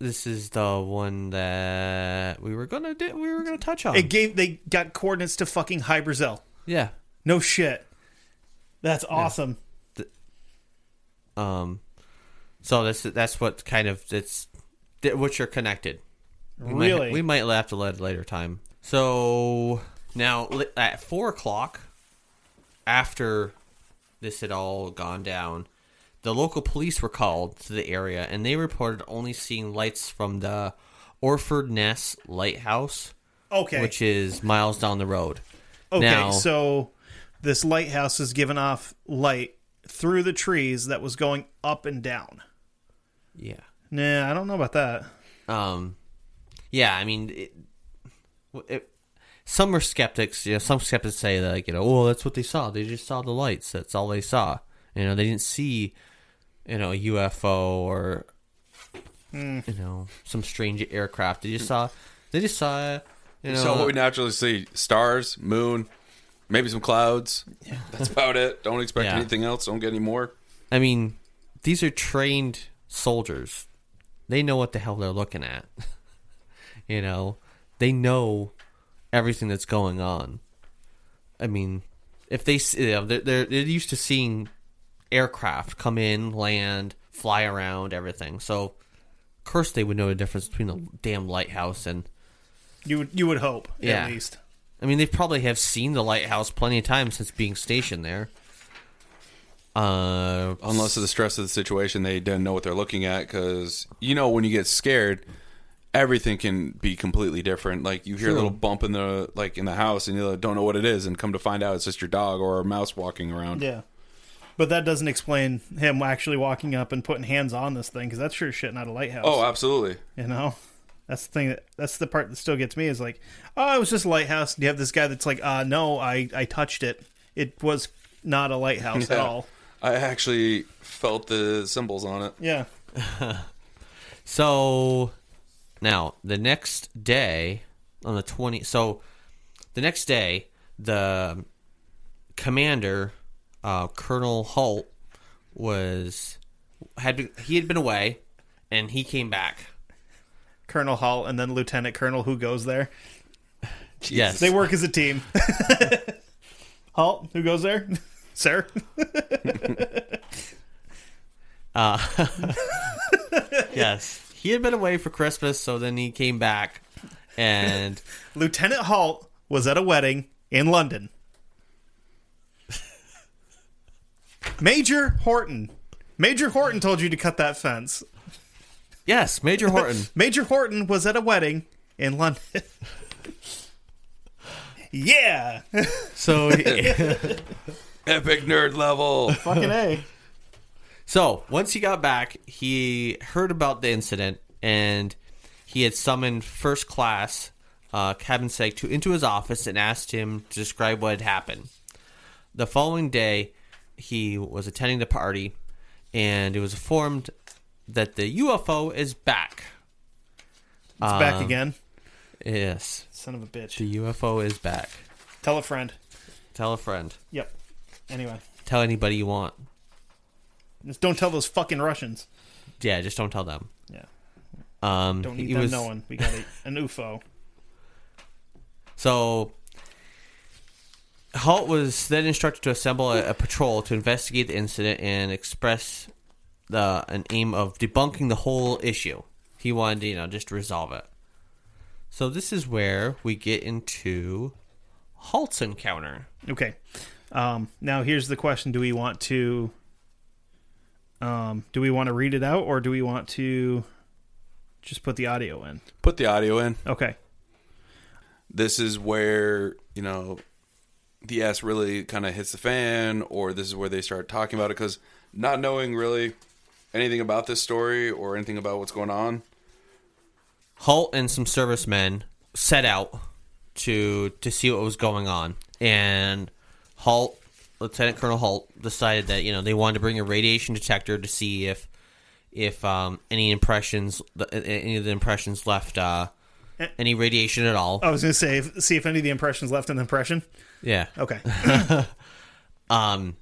S1: This is the one that we were gonna do, we were gonna touch on.
S2: It gave they got coordinates to fucking Hybrazel.
S1: yeah.
S2: No shit. That's awesome.
S1: Um. So that's that's what kind of it's th- which are connected. We might-
S2: Really?
S1: we might laugh to let later time. So now li- at four o'clock, after this had all gone down, the local police were called to the area and they reported only seeing lights from the Orford Ness Lighthouse,
S2: Okay.
S1: which is miles down the road.
S2: okay,
S1: now,
S2: so this lighthouse is giving off light through the trees that was going up and down.
S1: yeah.
S2: Nah, I don't know about that.
S1: Um, yeah, I mean, it, it, some are skeptics. You know, some skeptics say that, like, you know, oh, that's what they saw. They just saw the lights. That's all they saw. You know, they didn't see, you know, a UFO or, you know, some strange aircraft. They just saw, they just saw, you know,
S3: So what we naturally see stars, moon, maybe some clouds. That's about it. Don't expect
S1: Yeah.
S3: anything else. Don't get any more.
S1: I mean, these are trained soldiers. They know what the hell they're looking at. you know, they know everything that's going on. I mean, if they s- you know, they're, they're they're used to seeing aircraft come in, land, fly around, everything. So, of course, they would know the difference between a damn lighthouse and.
S2: You would you would hope
S1: Yeah.
S2: at least.
S1: I mean, they probably have seen the lighthouse plenty of times since being stationed there. Uh,
S3: unless of the stress of the situation they didn't know what they're looking at because you know when you get scared everything can be completely different like you hear a
S1: True.
S3: little bump in the like in the house and you don't know what it is and come to find out it's just your dog or a mouse walking around
S2: Yeah. But that doesn't explain him actually walking up and putting hands on this thing because that's sure as shit not a lighthouse.
S3: oh absolutely
S2: You know, that's the thing. That, that's the part that still gets me is like, oh, it was just a lighthouse. And you have this guy that's like, uh, no, I I touched it. It was not a lighthouse at
S3: Yeah.
S2: all.
S3: i actually felt the symbols on it
S2: Yeah.
S1: So Now, the next day, on the 20, so the next day, the commander, uh, Colonel Holt, was had been, he had been away, and he came back.
S2: Colonel Hall and then Lieutenant Colonel who goes there.
S1: Yes,
S2: They work as a team. Halt, who goes there? Sir?
S1: yes. He had been away for Christmas, so then he came back, and
S2: Lieutenant Halt was at a wedding in London. Major Horton. Major Horton told you to cut that fence.
S1: yes, Major Horton.
S2: Major Horton was at a wedding in London. yeah.
S1: So, he-
S3: Epic nerd level.
S2: Fucking A.
S1: so once he got back, he heard about the incident, and he had summoned First Class uh, Cabin Sake to into his office and asked him to describe what had happened. The following day, he was attending the party, and it was informed that the UFO is back.
S2: It's back again.
S1: Yes,
S2: Son of a bitch.
S1: Um, the UFO is back.
S2: Tell a friend.
S1: Tell a friend.
S2: Yep. Anyway.
S1: Tell anybody you want.
S2: Just don't tell those fucking Russians.
S1: Yeah, just don't tell them.
S2: Yeah.
S1: Um,
S2: Don't
S1: he
S2: need them
S1: was-
S2: knowing. We got a, an UFO.
S1: So Holt was then instructed to assemble a, a patrol to investigate the incident and express the an aim of debunking the whole issue. He wanted to, you know, just resolve it. So this is where we get into Holt's encounter.
S2: Okay. Um, now here's the question: Do we want to? Um, do we want to read it out, or do we want to just put the audio in?
S3: Put the audio in.
S2: Okay.
S3: This is where, you know, the ass really kind of hits the fan, or this is where they start talking about it. Because not knowing really anything about this story or anything about what's going on,
S1: Holt and some servicemen set out to to see what was going on, and Holt, Lieutenant Colonel Holt, decided that you know they wanted to bring a radiation detector to see if if um, any impressions, the, a- any of the impressions left, uh, any radiation at all.
S2: I was gonna say, if, see if any of the impressions left an impression.
S1: Yeah,
S2: Okay.
S1: Um,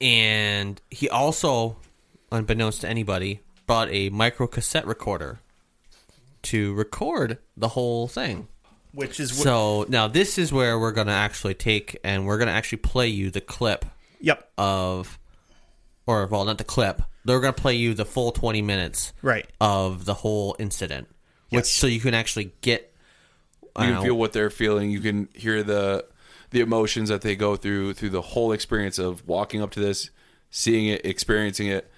S1: and he also, unbeknownst to anybody, brought a micro cassette recorder to record the whole thing.
S2: Which is what,
S1: So now this is where we're gonna actually take and we're gonna actually play you the clip
S2: yep.
S1: of, or well, not the clip. They're gonna play you the full twenty minutes
S2: Right.
S1: of the whole incident, which so you can actually get. I don't
S3: you can
S1: know,
S3: feel what they're feeling. You can hear the the emotions that they go through through the whole experience of walking up to this, seeing it, experiencing it.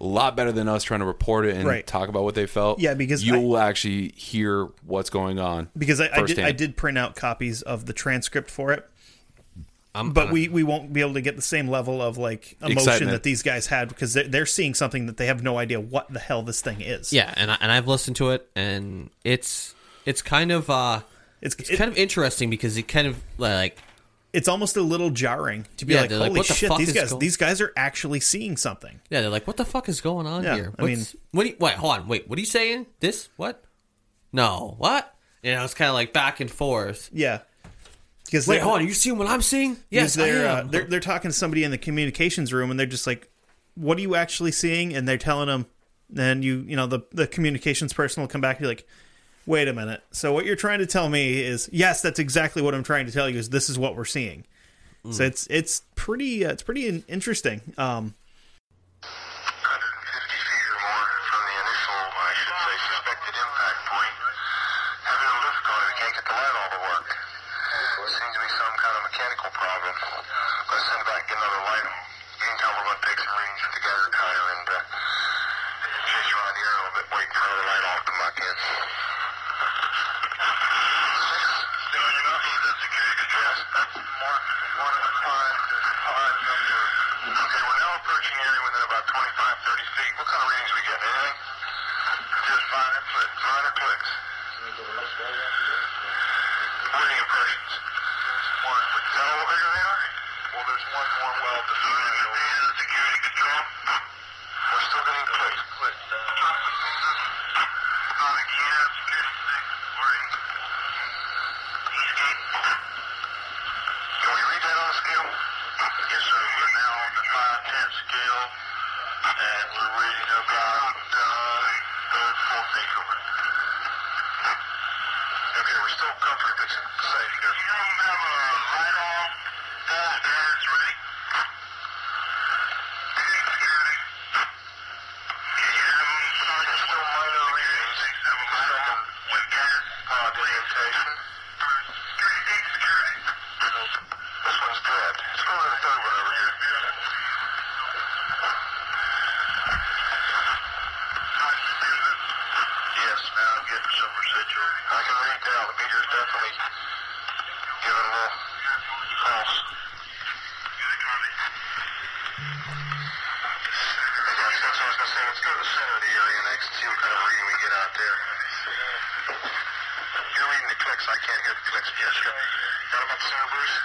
S3: A lot better than us trying to report it and
S2: Right.
S3: talk about what they felt.
S2: Yeah, because I-
S3: you'll actually hear what's going on.
S2: Because I, I did, I
S3: firsthand.
S2: did print out copies of the transcript for it,
S1: I'm-
S2: but we, we won't be able to get the same level of like emotion
S3: Excitement.
S2: that these guys had because they're, they're seeing something that they have no idea what the hell this thing is.
S1: yeah, and I, and I've listened to it, and it's it's kind of uh,
S2: It's,
S1: it's kind of interesting because it kind of like
S2: it's almost a little jarring to be
S1: Yeah,
S2: like,
S1: they're like,
S2: holy
S1: what the
S2: shit,
S1: fuck
S2: these
S1: is
S2: guys
S1: going-
S2: these guys are actually seeing something.
S1: yeah, they're like, what the fuck is going on
S2: Yeah,
S1: here?
S2: I mean-
S1: What's- what? Do you, wait, hold on, wait, what are you saying? This what? No, what? You know, it's kind of like back and forth.
S2: Yeah. Because
S1: Wait,
S2: they're-
S1: hold on. Are you seeing what I'm seeing? Yes,
S2: because they're,
S1: I
S2: uh,
S1: am.
S2: they're they're talking to somebody in the communications room and they're just like, What are you actually seeing? And they're telling them and you you know, the, the communications person will come back and be like, Wait a minute. So what you're trying to tell me is yes, that's exactly what I'm trying to tell you is this is what we're seeing.
S1: Mm.
S2: So it's it's pretty uh, it's pretty in- interesting. Um
S4: 150 feet or more from the initial, I should say, suspected impact point. Having a lift on it, can't get the light all to work. Seems to be some kind of mechanical problem. Let's send back another light. Meantime, we're going to take some readings with the gather tire and uh, chase around the air a little bit, waiting for the light all to come back in. Okay, we're now approaching area within about 25, 30 feet. What kind of readings we get? Anything? Just minor clicks. Minor clicks. Reading impressions. One. Is that all bigger they are? Well, there's one more well defined. Is it security control? We're still getting clicks. Clicks. Yes, sir. We're now on the five ten scale, and we're reading about uh, third, fourth increment. Okay, we're still comfortably safe here. You don't have a light on? Yeah, it's ready. Security. That's what I was gonna say. Let's go to the center of the area next and see what kind of reading we get out there. You're reading the clicks. I can't hear the clicks. Yes, sir. Got about the center, Bruce?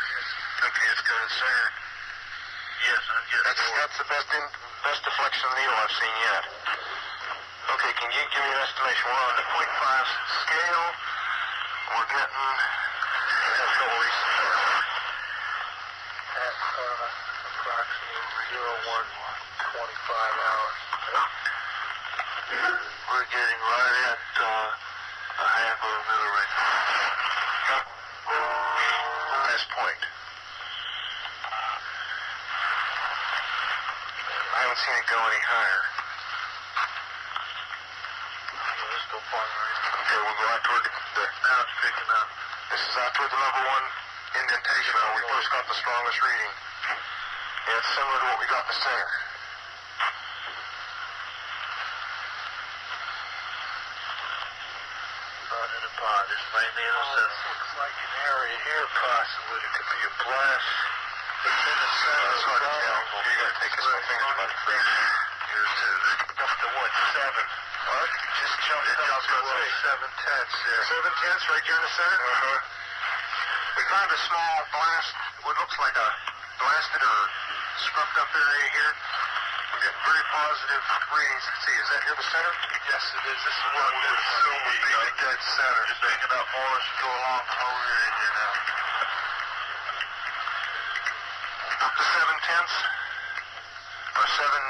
S4: Okay, let's go to the center. Yes, I'm getting That's, that's the best, in, best deflection needle I've seen yet. Okay, can you give me an estimation? We're on the 0.5 scale. We're getting... That's no at uh, approximately 0125 hours. We're getting right at uh, a half of a millimeter. Last point. I haven't seen it go any higher. Let's go point right. Okay, we'll go out toward the, the... Now it's picking up. This is out toward the number one indentation where we first got the strongest reading. Yeah, it's similar to what we got in the center. Not in a pod. This may be in a Oh, Looks like an area here possibly. It could be a blast. It's in the center. That's hard to tell. You gotta take this one finger by the frame. Here's two. Up to what? Seven. What? Just jumped it up to what? Seven tenths there. Seven tenths right here in the center? Uh-huh. We found a small blast, what looks like a blasted or scrubbed up area here. We got very positive readings. Let's see, is that near the center? Yes, it is. This is what we would assume would be the dead center. Just picking up more as we go along the whole area here now. Up to seven tenths, or seven,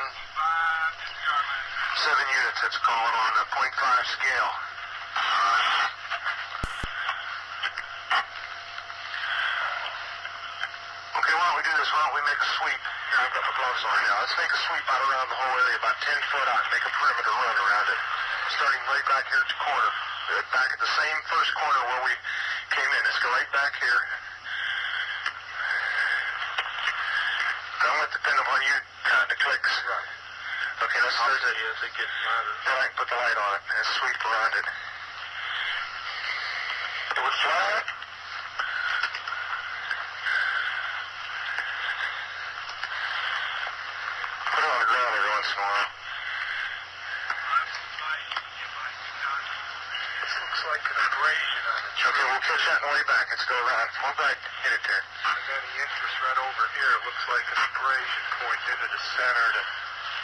S4: seven units, let's call it on a .5 scale. Okay, why don't we do this? Why don't we make a sweep? Here, I've got my gloves on now. Let's make a sweep out around the whole area, about 10 foot out, and make a perimeter run around it, starting right back here at the corner, uh, back at the same first corner where we came in. Let's go right back here. Don't let depend upon you counting the clicks. Right. Okay, let's start it. Yes, it gets Then I can put the light on it and sweep around it. It was flat. Put it on the ground every once in a while. This looks like an abrasion on it. Okay, we'll catch that on the way back. Let's go around. One back, hit it there. I got the interest right over here. It looks like an abrasion pointing into the center of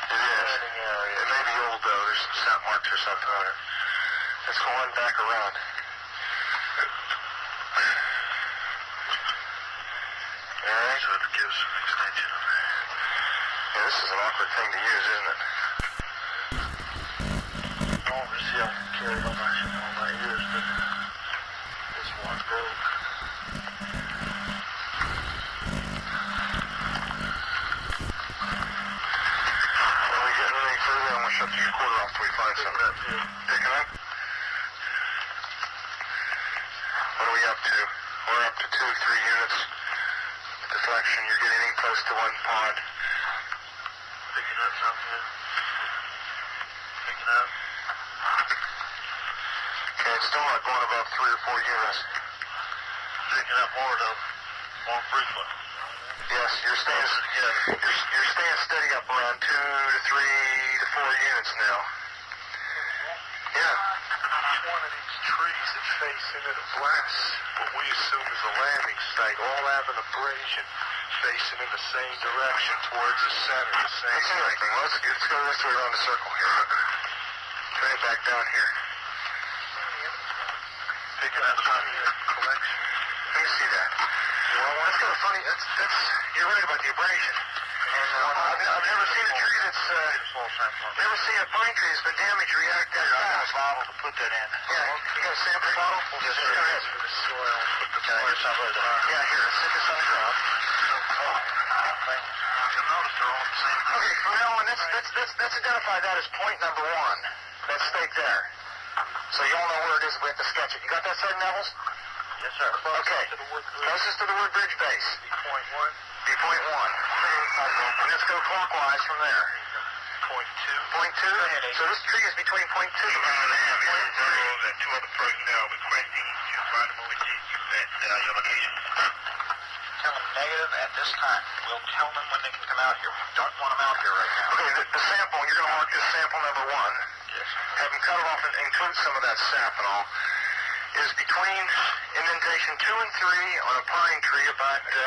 S4: the it is. area. It may be old, though. There's some sap marks or something on it. Let's go on back around. All right. So it gives an extension of that. Yeah, this is an awkward thing to use, isn't it? Oh, this yeah, carried on my, on my ears, but this one broke. When we get anything further, I'm gonna shut the recorder off till we find something. Picking up? What are we up to? We're up to two, three units. Deflection, you're getting in close to one pod. Picking up something. Picking up. Okay, it's still not going above three or four units. Picking up more though, more frequent. Yes, you're staying, yeah, you're, you're staying steady up around two to three to four units now. Yeah. Each one of these trees that face into the blast, what we assume is a landing site, all have an abrasion facing in the same direction towards the center. The same That's interesting. Well, let's, let's go this way around the circle here. Turn it back down here. Pick up some of your collection. Let me see that. You want one? That's kind of funny. That's, that's, you're right about the abrasion. And, uh, I've, I've never seen a tree that's, uh, never seen a pine tree that's been damaged react that fast. I've got a bottle to put that in. Yeah, you got a sample bottle? Yes, sir. Go ahead. The soil. Put the soil Yeah, here, stick this on the Oh, ground. Okay, from now on, let's, let's, let's, let's identify that as point number one. That stake there. So you all know where it is, we have to sketch it. You got that, Sergeant Nevels? Yes, sir. Okay. Closest to the wood bridge base. Be point one. Be point one. And let's go clockwise from there. Point two. Point two? So this tree is between point two and point three.
S5: that two other personnel requesting to find them over to you at uh, your location.
S4: Tell them negative at this time. We'll tell them when they can come out here. We don't want them out here right now. Okay, the, the sample, you're going to mark this sample number one. Yes. Have them cut it off and include some of that sap and all. Is between indentation two and three on a pine tree about uh,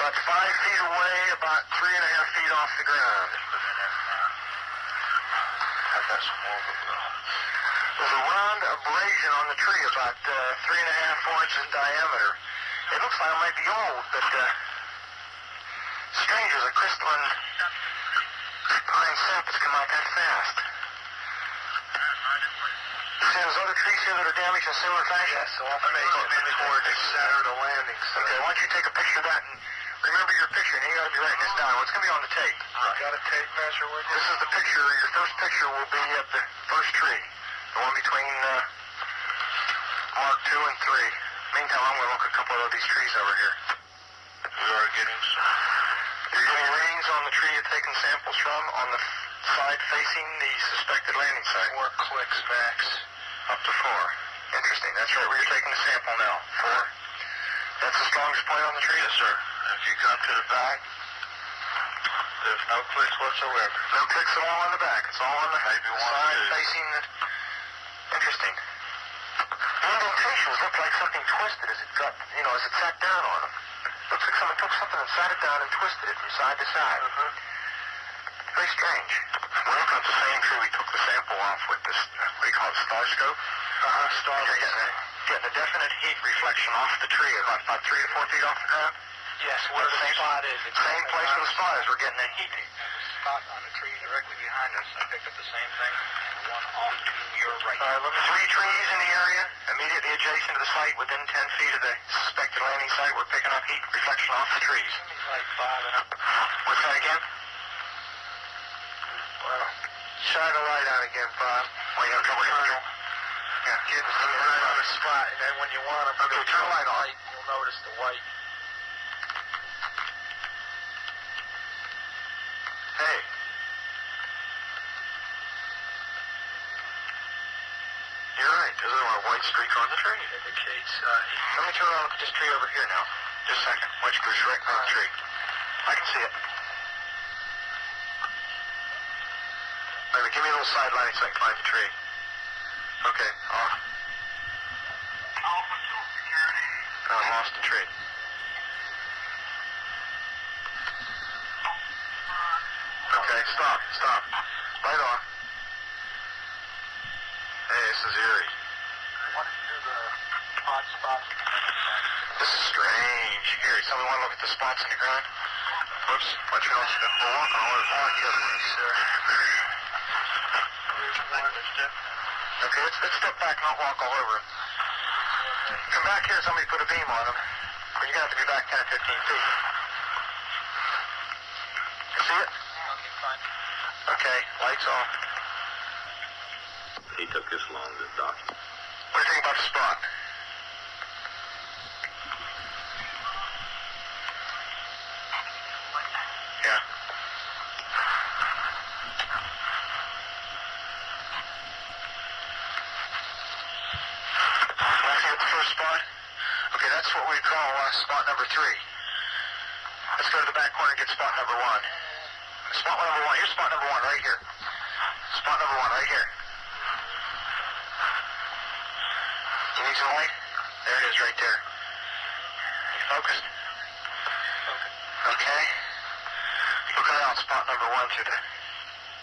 S4: about five feet away, about three and a half feet off the ground. I've got some more uh, to go. There's a round abrasion on the tree, about uh, three and a half, four inches in diameter. It looks like it might be old, but uh, strange as a crystalline pine sap has come out that fast. See, there's other trees here that are damaged in similar fashion. Yeah, so often they mainly toward the center of the landing. Okay, why don't you take a picture of that and remember your picture, and you got to be writing this down. Well, it's going to be on the tape. Right. Got a tape measure with you. This is the picture. Your first picture will be of the first tree, the one between uh, mark two and three. Meantime, I'm going to look a couple of these trees over here. We are getting You're getting readings on the tree you're taking samples from on the f- side facing the suspected landing site. Four clicks max. Up to four. Interesting. That's right where you're taking the sample now. Four. That's the strongest point on the tree? Yes, sir. If you come to the back, there's no clicks whatsoever. No clicks at all on the back. It's all on the Maybe side facing the... Interesting. The indentations look like something twisted as it got, you know, as it sat down on them. Looks like someone took something and sat it down and twisted it from side to side. Very strange. We're looking at the same tree we took the sample off with this, uh, what do you call it, star scope? Uh-huh, star You're getting, a, getting a definite heat reflection off the tree, about, about three or four feet off the ground? Yes, where the same, spot is. Same place where the spot is, we're getting a heat. Spot on the tree directly behind us, I picked up the same thing, one off to your right. All right, look, three trees in the area, immediately adjacent to the site, within ten feet of the suspected landing site, we're picking up heat reflection off the trees. Like five and up. What's that again? Well, shine a light on again, Bob. Well, you have trouble hearing them? Yeah. Get the light on the spot, and then when you want them, okay, turn the light on. You'll notice the white. Hey. You're right. There's a white streak on the tree. Indicates. Uh, Let me turn around and look at this tree over here now. Just a second. White streak's right on the tree. I can see it. Wait a minute, give me a little sideline so I can climb the tree. Okay, uh, off. I lost the tree. Okay, stop, stop. Light on. Hey, this is eerie. This is strange. Here, someone want to look at the spots in the ground? Whoops, why don't you go step the walk all over the other way, sir? Okay, let's, let's step back, not walk all over. 'em. Come back here, somebody put a beam on him. But you're going to have to be back 10 or 15 feet. You see it? Okay, lights off.
S5: He took this long to document.
S4: What do you think about the spot? Yeah. Well, see the first spot? Okay, that's what we call uh, spot number three. Let's go to the back corner and get spot number one. Spot number one. Here's spot number one right here. Spot number one right here. You need some light? There it is right there. You focused? Okay. Look around spot number one through the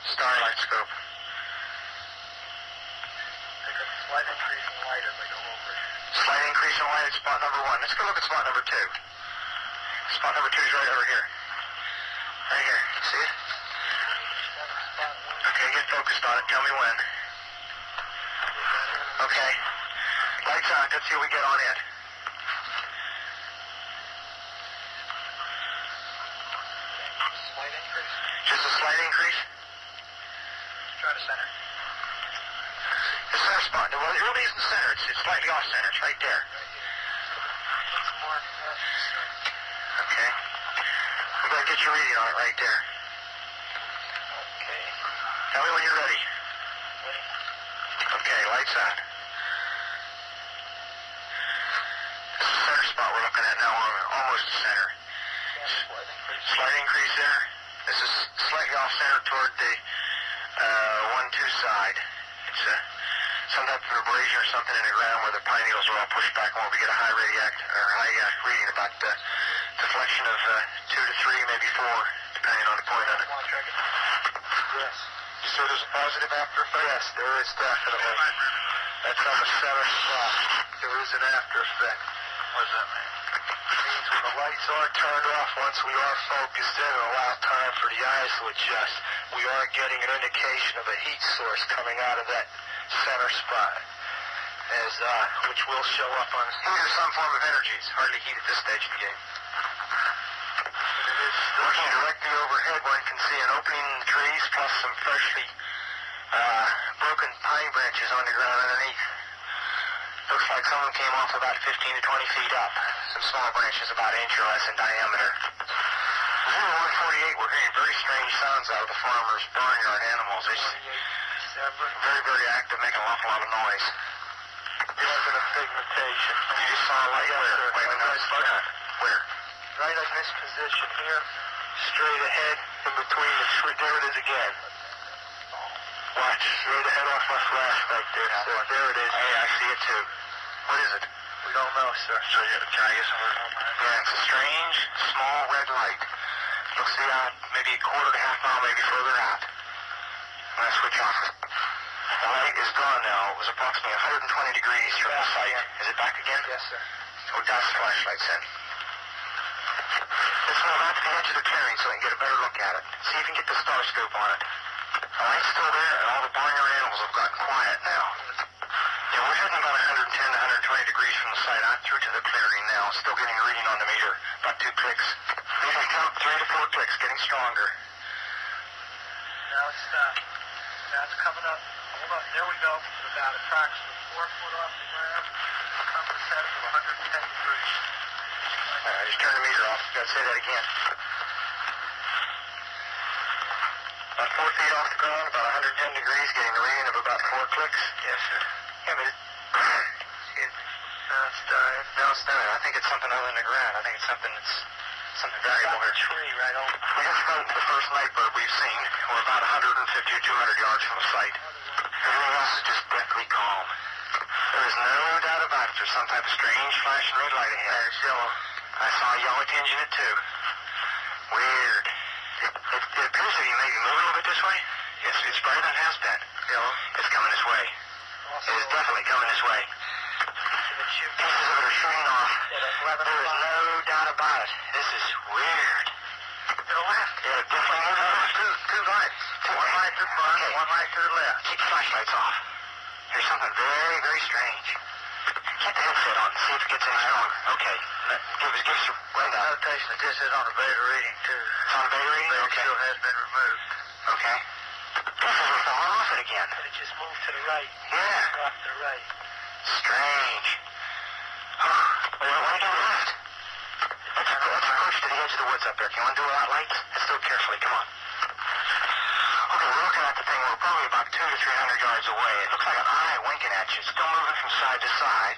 S4: starlight scope. Pick up slight increase in light as I go over it. Slight increase in light at spot number one. Let's go look at spot number two. Spot number two is right over here. Right here. See it? Okay, get focused on it. Tell me when. Okay. Lights on. Let's see what we get on it. Slight increase. Just a slight increase? Try to center. It's not spot. Well, it really isn't center. It's, it's slightly off center. It's right there. Okay. I'm going to get your reading on it right there. Okay. Tell me when you're ready. Okay, lights on. This is the center spot we're looking at now. We're almost to center. Slight increase there. This is slightly off center toward the uh, one-two side. It's a, some type of abrasion or something in the ground where the pine needles are all pushed back, and we'll get a high radiac or high uh, reading about the deflection of uh, two to three, maybe four, depending on the point on it. Yes. You said there's a positive after effect? Yes, there is definitely. That's on the seventh spot. There is an after effect. What does that mean? means when the lights are turned off, once we are focused in and allow time for the eyes to adjust, we are getting an indication of a heat source coming out of that center spot, as uh, which will show up on heat or some form of energy. It's hardly heat at this stage of the game. Once you directly overhead, one can see an opening in the trees plus some freshly uh, broken pine branches on the ground underneath. Looks like someone came off about 15 to 20 feet up. Some small branches about an inch or less in diameter. 148, we're hearing very strange sounds out of the farmer's barnyard animals. It's very, very active, making an awful lot of noise. There's a pigmentation. You just saw a light where? Wait a minute, slow down. Where? Right in this position here, straight ahead, in between the tree. There it is again. Watch, straight ahead off my flashlight there, sir. There it is. Hey, Oh, I see it too. What is it? We don't know, sir. So you, can I get some? Yeah, it's a strange, small red light. Looks to be out maybe a quarter to half mile, maybe further out. I'm gonna switch off. The light is gone now. It was approximately 120 degrees from the site. Is it back again? Yes, sir. Oh, that's the flashlight, then. Let's move out to the edge of the clearing so I can get a better look at it. See if you can get the star scope on it. The light's still there, and all the barnyard animals have gotten quiet now. Yeah, we're heading about 110 to 120 degrees from the site. I'm through to the clearing now. Still getting a reading on the meter. About two clicks. Maybe count three to four clicks. Getting stronger. Now it's, uh, now it's coming up. Hold on. There we go. About approximately four foot off the ground. Comes to set of 110 degrees. All right, just turn the meter off. Gotta say that again. About four feet off the ground, about 110 degrees, getting a reading of about four clicks. Yes, sir. Yeah, but it, it, now it's dying. Now it's dying. I think it's something other than the ground. I think it's something that's something valuable here. tree right over. We just found the first night bird we've seen. We're about 150 or 200 yards from the site. Everything else is just deathly calm. There is no doubt about it. There's some type of strange flashing red light ahead. There's yellow. I saw a yellow tinge in it too. Weird. It, it, it appears to be maybe moving a little bit this way. Yes, it's brighter than it has been. Yellow. It's coming this way. it is definitely coming this way. Pieces of it are shooting off. There is no doubt about it. This is weird. To the left. Yeah, definitely moving. Two, two lights. Two one light to the front, one light to the left. Keep the flashlights off. There's something very, very strange. Get the headset on. See if it gets any stronger. Okay. Let- Give us, give us your rundown. Notation that this is on a beta reading, too. It's on a beta reading? Beta okay. still has been removed. Okay. This is what's on off it again. But it just moved to the right. Yeah. Off to the right. Strange. Oh, well, why go left? Let's, let's approach to the edge of the woods up there. Can you undo that light? Let's do it carefully. Come on. Okay, we're looking at the thing. We're probably about two to three hundred yards away. It looks like an eye winking at you. It's still moving from side to side.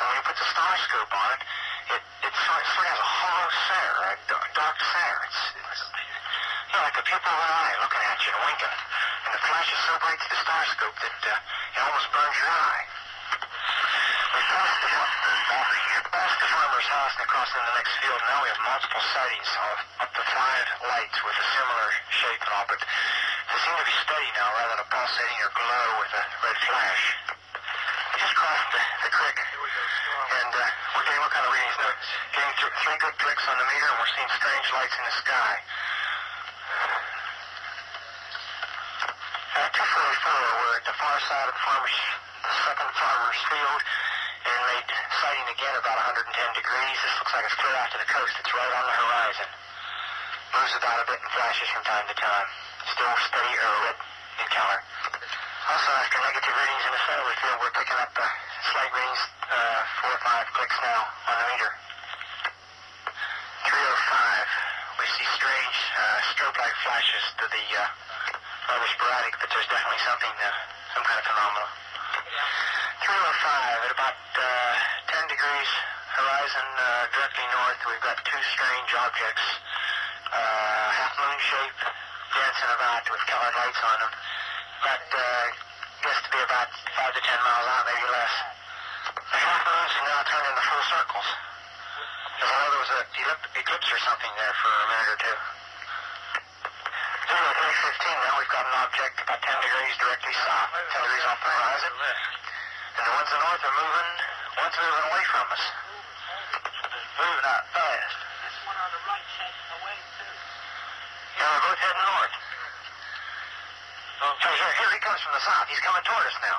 S4: And when you put the star scope on it, it, it sort, sort of has a hollow center, a dark, dark center. It's, it's you know, like the pupil of an eye looking at you and winking. And the flash is so bright to the star scope that uh, it almost burns your eye. We passed the, passed the farmer's house and across into the next field. Now we have multiple sightings of up to five lights with a similar shape and all, but they seem to be steady now rather than a pulsating or glow with a red flash. We just crossed the, the click. And uh, we're getting what kind of readings now? Getting th- three good clicks on the meter, and we're seeing strange lights in the sky. Uh, 244, we're at the far side of the farmer's, the second farmer's field, and they sighting again about 110 degrees. This looks like it's clear out to the coast. It's right on the horizon. Moves about a bit and flashes from time to time. Still steady or red encounter. Also, after negative readings in the solar field, we're picking up uh, slight readings, uh, four or five clicks now on the meter. 305, we see strange uh, strobe-like flashes to the, uh, rather sporadic, but there's definitely something, uh, some kind of phenomenon. 305, at about uh, 10 degrees horizon uh, directly north, we've got two strange objects, uh, half moon shape, dancing about with colored lights on them. But uh, guess to be about 5 to 10 miles out, maybe less. The half moons are now turned into full circles. As though there was an eclipse or something there for a minute or two. 315, now we've got an object about 10 degrees directly south, 10 degrees off the horizon. And the ones to the north are moving, one's moving away from us. Moving out fast.
S5: This one on the right heading away too.
S4: Yeah, we're both heading north. So here, Oh, here he comes from the south. He's coming toward us now.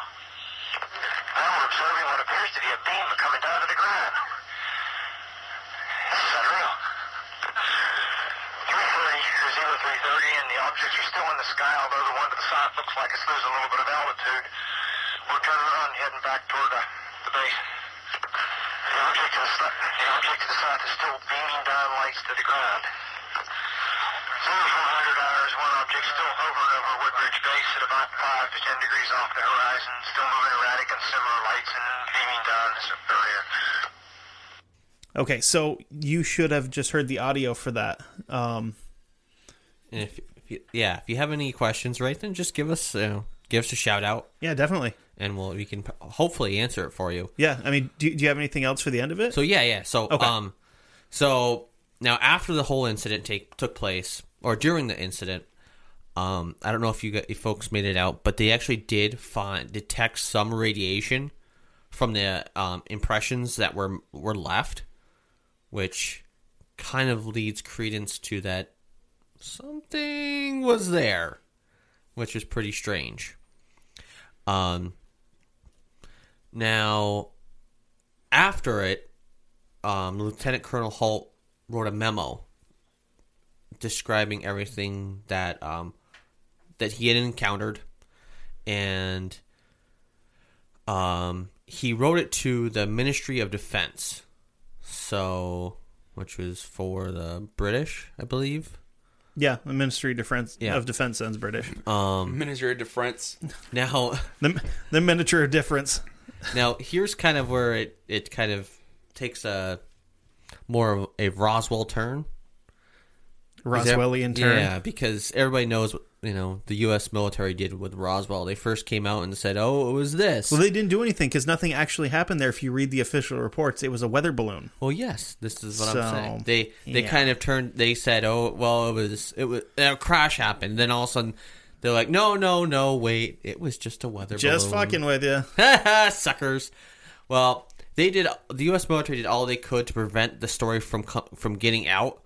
S4: Now we're observing what appears to be a beam coming down to the ground. This is unreal. 330, 0330, and the objects are still in the sky, although the one to the south looks like it's losing a little bit of altitude. We're turning around and heading back toward uh, the base. The object, to the, s- the object to the south is still beaming down lights to the ground. 0400 hours, one object still hovering over Woodbridge Base at about 5 to 10 degrees off the horizon, still moving erratic and similar lights and beaming down this area.
S2: Okay, so you should have just heard the audio for that. Um,
S1: And if, if you, yeah, if you have any questions, right, then just give us you know, give us a shout out,
S2: yeah, definitely.
S1: and we'll we can p- hopefully answer it for you.
S2: Yeah, I mean, do, do you have anything else for the end of it?
S1: So yeah, yeah. So
S2: Okay.
S1: um, so now after the whole incident take took place, or during the incident, um, I don't know if you got, if folks made it out, but they actually did find detect some radiation from the um, impressions that were were left, which kind of leads credence to that something was there, which is pretty strange. Um. Now, after it, um, Lieutenant Colonel Holt wrote a memo describing everything that um, that he had encountered, and um, he wrote it to the Ministry of Defense, so which was for the British, I believe.
S2: yeah, the Ministry of Defense,
S1: Yeah. Uh,
S2: of Defense sounds British.
S3: Minister of Defense.
S1: Now,
S2: the, the miniature of difference.
S1: now here's kind of where it it kind of takes a more of a Roswell turn. Is that-
S2: Roswellian turn.
S1: Yeah, because everybody knows what you know the U.S. military did with Roswell. They first came out and said, "Oh, it was this."
S2: Well,
S1: Well,
S2: they didn't do anything because nothing actually happened there. If you read the official reports, it was a weather balloon.
S1: yes, this is what
S2: So,
S1: I'm saying. They they
S2: yeah.
S1: kind of turned. They said, "Oh, well, it was it was a crash happened." Then all of a sudden, they're like, "No, no, no, wait, it was just a weather
S2: Just
S1: balloon."
S2: fucking with you.
S1: suckers. Well, they did. The U.S. military did all they could to prevent the story from co- from getting out,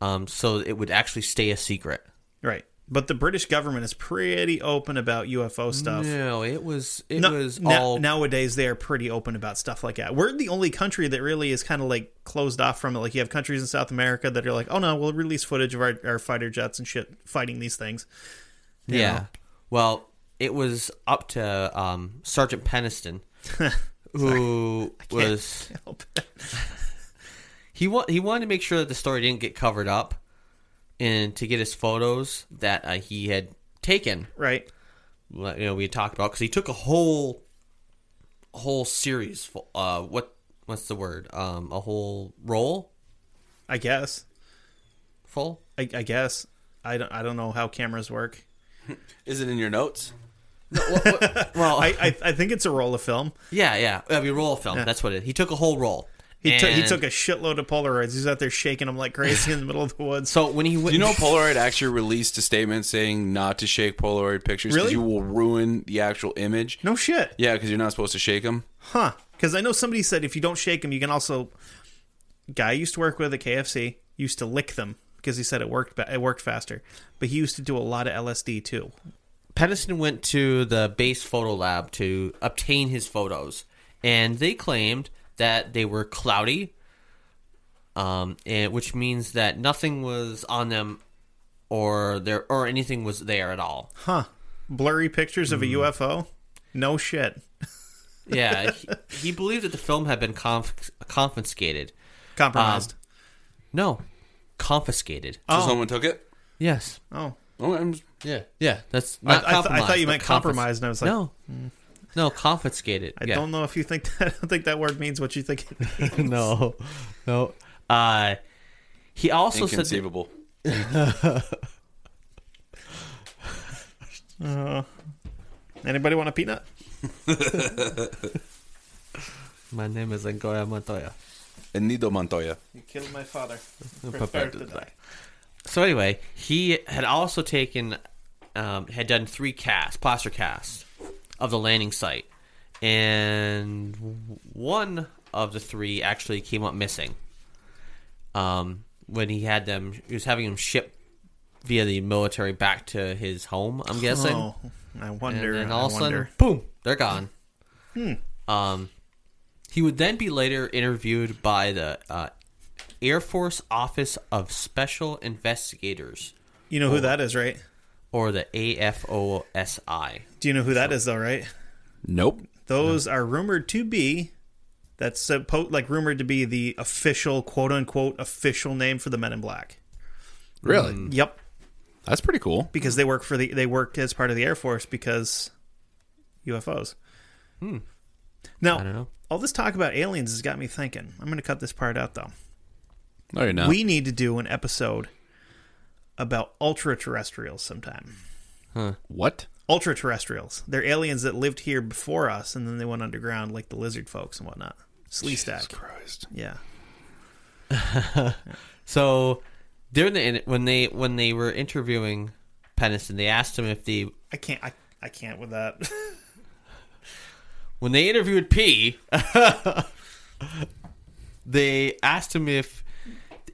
S1: um, so it would actually stay a secret.
S2: Right. But the British government is pretty open about UFO stuff.
S1: No, it was it
S2: No-
S1: was
S2: na-
S1: all
S2: nowadays they are pretty open about stuff like that. We're the only country that really is kind of like closed off from it. Like you have countries in South America that are like, oh no, we'll release footage of our, our fighter jets and shit fighting these things. you
S1: Yeah.
S2: know?
S1: Well, it was up to um, Sergeant Peniston, who was he wa- he wanted to make sure that the story didn't get covered up, and to get his photos that uh, he had taken.
S2: right.
S1: like, You know, we had talked about because he took a whole a whole series. fu- Uh, what what's the word? Um, a whole roll
S2: I guess.
S1: full.
S2: I, I guess. I don't. I don't know how cameras work.
S3: Is it in your notes?
S1: Well,
S2: I, I, I think it's a roll of film.
S1: Yeah, yeah. I mean, roll film. That's what it. He took a whole roll,
S2: He, took he
S1: And-
S2: took a shitload of Polaroids. He's out there shaking them like crazy in the middle of the woods.
S1: So when he went,
S3: Do you know Polaroid actually released a statement saying not to shake Polaroid pictures because
S2: Really?
S3: you will ruin the actual image?
S2: no shit.
S3: Yeah, because you're not supposed to shake them.
S2: Huh. Because I know somebody said if you don't shake them, you can also. Guy I used to work with at KFC used to lick them because he said it worked. Ba- it worked faster, but he used to do a lot of LSD too.
S1: Pennison went to the base photo lab to obtain his photos, and they claimed that they were cloudy, um, and which means that nothing was on them, or there or anything was there at all.
S2: Blurry pictures
S1: Mm.
S2: of a UFO. No shit.
S1: Yeah, he, he believed that the film had been conf- confiscated.
S2: Compromised.
S1: No, confiscated.
S3: So someone took it.
S1: Yes.
S2: oh.
S3: Oh, I'm just-
S1: Yeah. Yeah. That's
S2: I,
S1: not.
S2: I, th- I
S1: Um, compromised,
S2: thought you
S1: but
S2: meant
S1: confis-
S2: compromised, and I was like,
S1: No. No, confiscated.
S2: I don't know if you think that. I don't think that word means what you think. It means.
S1: no, no. Uh, he also said that-
S3: inconceivable.
S2: Anybody want a peanut?
S1: my name is Angoya Montoya.
S3: Enido Montoya.
S2: You killed my father.
S1: Prepare to die. So anyway, he had also taken, um, had done three casts, plaster casts, of the landing site, and w- one of the three actually came up missing. Um, when he had them, he was having them shipped via the military back to his home. I'm guessing.
S2: Oh, I
S1: and
S2: wonder.
S1: then all of
S2: I
S1: a sudden,
S2: wonder.
S1: boom, they're gone. Um, he would then be later interviewed by the uh, Air Force Office of Special Investigators,
S2: You know who that is, right?
S1: or the AFOSI.
S2: Do you know who that is, though, right?
S3: Nope.
S2: Those are rumored to be. That's suppo- like rumored to be the official, quote unquote, official name for the Men in Black.
S3: Really?
S2: Yep,
S3: Mm. That's pretty cool.
S2: because they work for the they work as part of the Air Force because UFOs. Hmm. Now,
S1: I don't know.
S2: all this talk about aliens has got me thinking. I'm going to cut this part out though.
S3: No, you're
S1: Oh.
S3: not.
S2: We need to do an episode about ultra terrestrials sometime.
S3: what?
S2: Ultra terrestrials. They're aliens that lived here before us and then they went underground like the lizard folks and whatnot. Slee stack.
S3: Christ.
S2: Yeah.
S1: So during the when they when they were interviewing Peniston, they asked him if the
S2: I can't I, I can't with that.
S1: when they interviewed P, they asked him if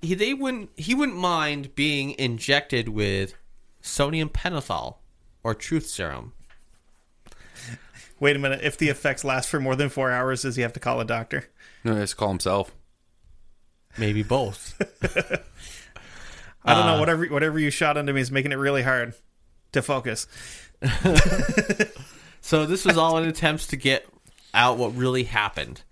S1: he they wouldn't he wouldn't mind being injected with sodium pentothal or truth serum.
S2: Wait a minute. If the effects last for more than four hours, does he have to call a doctor?
S3: No, just call himself.
S1: Maybe both.
S2: I don't know. Whatever whatever you shot into me is making it really hard to focus.
S1: so this was all in attempts to get out what really happened.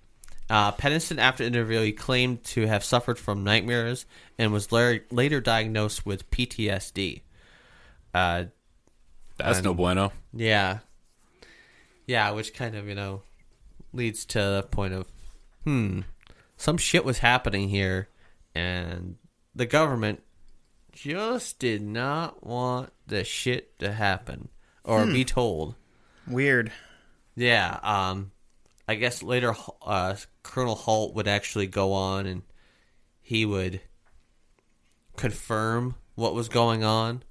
S1: Uh, Peniston, after the interview, he claimed to have suffered from nightmares and was la- later diagnosed with PTSD. Uh,
S3: That's no bueno.
S1: Yeah. Yeah, which kind of, you know, leads to the point of, hmm, some shit was happening here, and the government just did not want the shit to happen or be told.
S2: Weird.
S1: Yeah, um, I guess later uh, Colonel Holt would actually go on and he would confirm what was going on.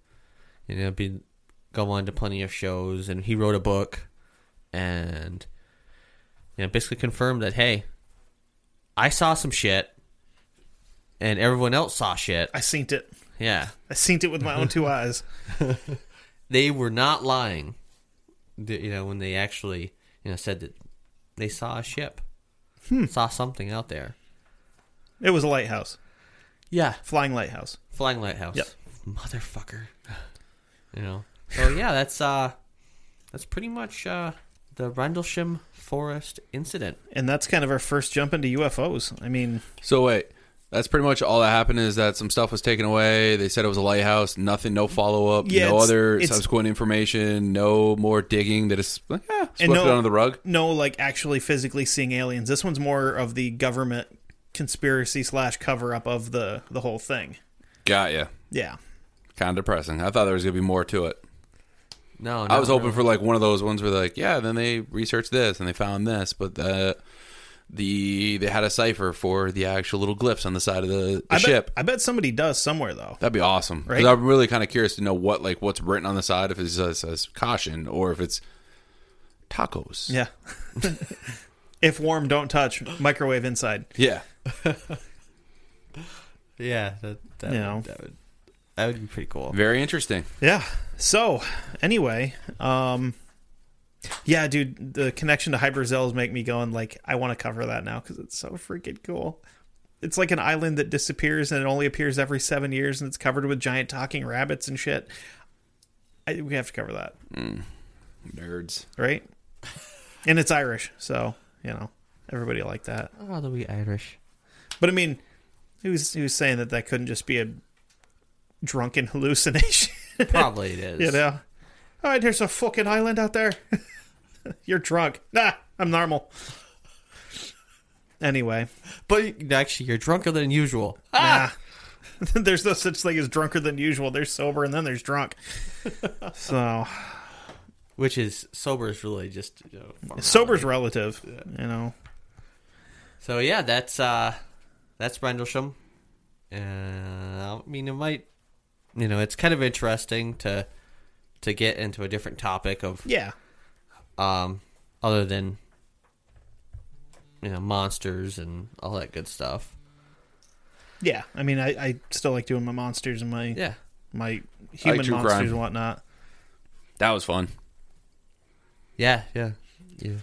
S1: You know, be go on to plenty of shows, and he wrote a book, and you know, basically confirmed that hey, I saw some shit, and everyone else saw shit.
S2: I synced it.
S1: Yeah,
S2: I synced it with my own two eyes.
S1: they were not lying. The- you know, when they actually you know said that they saw a ship,
S2: Hmm.
S1: saw something out there.
S2: It was a lighthouse,
S1: Yeah,
S2: flying lighthouse.
S1: flying lighthouse.
S2: Yep.
S1: Motherfucker. you know. So yeah, that's uh, that's pretty much uh, the Rendlesham Forest incident.
S2: And that's kind of our first jump into UFOs. I mean,
S3: So wait, that's pretty much all that happened is that some stuff was taken away. They said it was a lighthouse. Nothing, no follow up,
S2: Yeah,
S3: no
S2: it's-
S3: other
S2: it's-
S3: subsequent information, no more digging. That is like, yeah, swept
S2: no-
S3: it under the rug.
S2: no, like actually physically seeing aliens. This one's more of the government conspiracy slash cover up of the the whole thing.
S3: Got ya.
S2: Yeah,
S3: Kind of depressing. I thought there was gonna be more to it.
S1: No,
S3: I
S1: not
S3: was hoping
S1: really.
S3: for like one of those ones where like, yeah, then they researched this and they found this, but uh, the they had a cipher for the actual little glyphs on the side of the, the
S2: I bet,
S3: ship.
S2: I bet somebody does somewhere though.
S3: That'd be awesome. 'Cause
S2: Right?
S3: I'm really kind of curious to know what like what's written on the side if it says, says caution or if it's tacos.
S2: Yeah. if warm, don't touch. Microwave inside.
S3: Yeah.
S1: Yeah, that, that,
S2: You
S1: would,
S2: know.
S1: that would that would be pretty cool.
S3: Very interesting.
S2: Yeah. So anyway, um, yeah, dude, the connection to hyperzels make me going like I want to cover that now because it's so freaking cool. It's like an island that disappears and it only appears every seven years, and it's covered with giant talking rabbits and shit. I, we have to cover that,
S3: Nerds.
S2: right? And it's Irish, so you know everybody like that.
S1: Oh, the wee Irish.
S2: But I mean, who's who's saying that that couldn't just be a drunken hallucination?
S1: Probably it is.
S2: You know, all right, there's a fucking island out there. You're drunk. Nah, I'm normal. Anyway,
S1: But actually, you're drunker than usual.
S2: nah. there's no such thing as drunker than usual. There's sober and then there's drunk. so
S1: Which is sober is really just you know, formality.
S2: sober's relative, you know.
S1: So yeah, that's uh that's Rendlesham. Uh, I mean, it might you know it's kind of interesting to to get into a different topic of
S2: Yeah,
S1: um other than you know monsters and all that good stuff.
S2: yeah. I mean, I, I still like doing my monsters and my
S1: Yeah.
S2: my human
S3: true
S2: monsters
S3: crime.
S2: and whatnot.
S3: That was fun.
S1: Yeah, yeah. Yeah.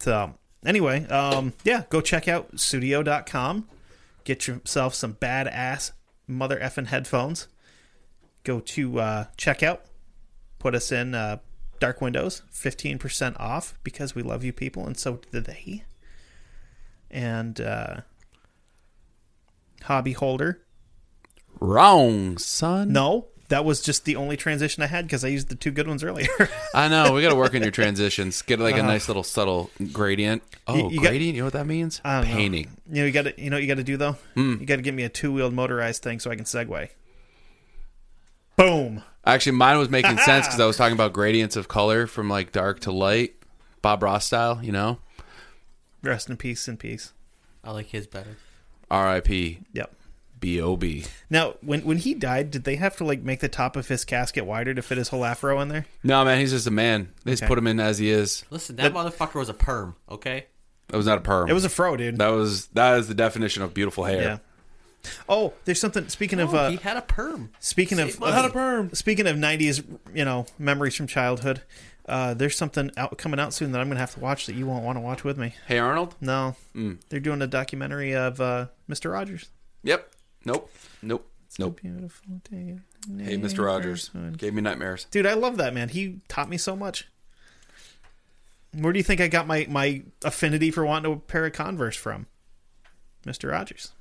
S2: So anyway, um, yeah, go check out studio.com. Get yourself some badass mother effing headphones. Go to uh, checkout. Put us in uh, Dark Windows, 15% off because we love you people and so do they. And uh, Hobby Holder.
S3: Wrong, son.
S2: No, that was just the only transition I had because I used the two good ones earlier.
S3: I know. We got to work on your transitions. Get like a nice little subtle gradient. Oh,
S2: Uh-huh. You- you got-
S3: gradient. you know what that means?
S2: don't know.
S3: Painting.
S2: you know, you got to, you know, what you got to do though. You got to get me a two-wheeled motorized thing so I can segue. Boom.
S3: Actually, mine was making sense because I was talking about gradients of color from like dark to light, Bob Ross style. You know,
S2: Rest in peace. In peace.
S1: I like his better.
S3: R.I.P.
S2: Yep.
S3: B.O.B.
S2: Now, when when he died, did they have to like make the top of his casket wider to fit his whole afro in there?
S3: No man, he's just a man. They just
S2: Okay.
S3: put him in as he is.
S1: Listen, that motherfucker was a perm, okay?
S3: That was not a perm.
S2: It was a fro, dude.
S3: that was that is the definition of beautiful hair.
S2: Yeah. Oh, there's something. Speaking of,
S1: No,
S2: uh,
S1: he had a perm.
S2: speaking
S1: Save
S2: of,
S1: money. Not a
S2: perm. Speaking of '90s, you know, memories from childhood. Uh, there's something out coming out soon that I'm gonna have to watch that you won't want to watch with me.
S3: Hey Arnold.
S2: No, they're doing a documentary of uh, Mr. Rogers.
S3: Yep. Nope. Nope. Nope.
S2: Beautiful day.
S3: Hey, Mr. Rogers gave me nightmares.
S2: Dude, I love that man. He taught me so much. Where do you think I got my my affinity for wanting a pair of Converse from? Mr. Rogers.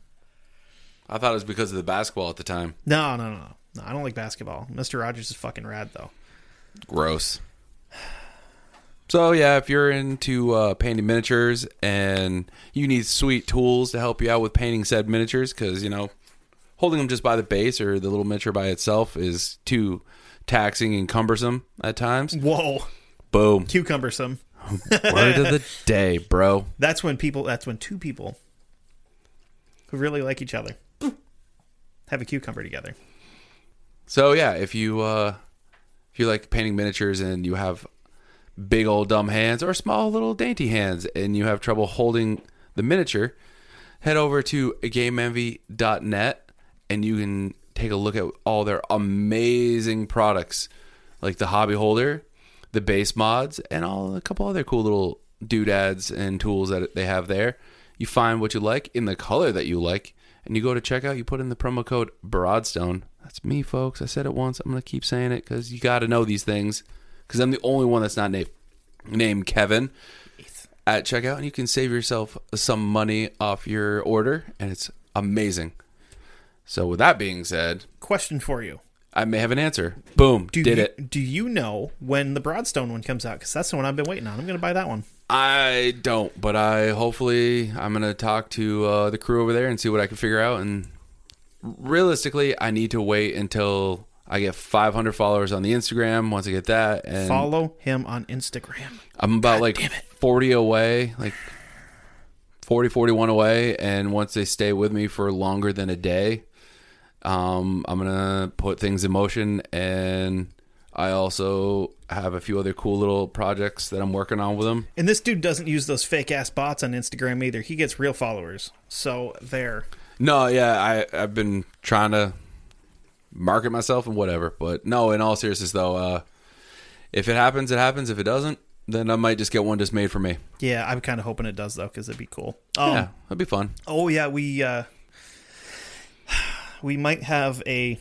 S3: I thought it was because of the basketball at the time.
S2: No, no, no, no. No, I don't like basketball. Mr. Rogers is fucking rad though.
S3: Gross. So yeah, if you're into uh, painting miniatures and you need sweet tools to help you out with painting said miniatures, because you know holding them just by the base or the little miniature by itself is too taxing and cumbersome at times.
S2: Whoa.
S3: Boom.
S2: Cucumbersome.
S3: Word of the day, bro.
S2: That's when people that's when two people who really like each other have a cucumber together.
S3: So yeah, if you uh, if you like painting miniatures and you have big old dumb hands or small little dainty hands and you have trouble holding the miniature, head over to gameenvy.net and you can take a look at all their amazing products like the hobby holder, the base mods, and all a couple other cool little doodads and tools that they have there. You find what you like in the color that you like, and you go to checkout. You put in the promo code Broadstone. That's me, folks. I said it once. I'm gonna keep saying it because you got to know these things. Because I'm the only one that's not named named Kevin at checkout, and you can save yourself some money off your order, and it's amazing. So with that being said,
S2: Question for you.
S3: I may have an answer. Boom,
S2: Do
S3: did
S2: you,
S3: it.
S2: Do you know when the Broadstone one comes out? Because that's the one I've been waiting on. I'm going to buy that one.
S3: I don't, but I hopefully I'm gonna talk to uh, the crew over there and see what I can figure out. And realistically, I need to wait until I get 500 followers on the Instagram. Once I get that, and
S2: Follow him on Instagram.
S3: I'm about like 40 away. Like 40, 41 away, and once they stay with me for longer than a day, um, I'm gonna put things in motion, and I also have a few other cool little projects that I'm working on with them.
S2: And this dude doesn't use those fake ass bots on Instagram either. He gets real followers. So there.
S3: No, yeah, I I've been trying to market myself and whatever, but no, in all seriousness though, uh, if it happens, it happens. If it doesn't, then I might just get one just made for me.
S2: Yeah, I'm kind of hoping it does though, because it'd be cool. Um,
S3: yeah, that'd be fun.
S2: Oh yeah, we uh, we might have a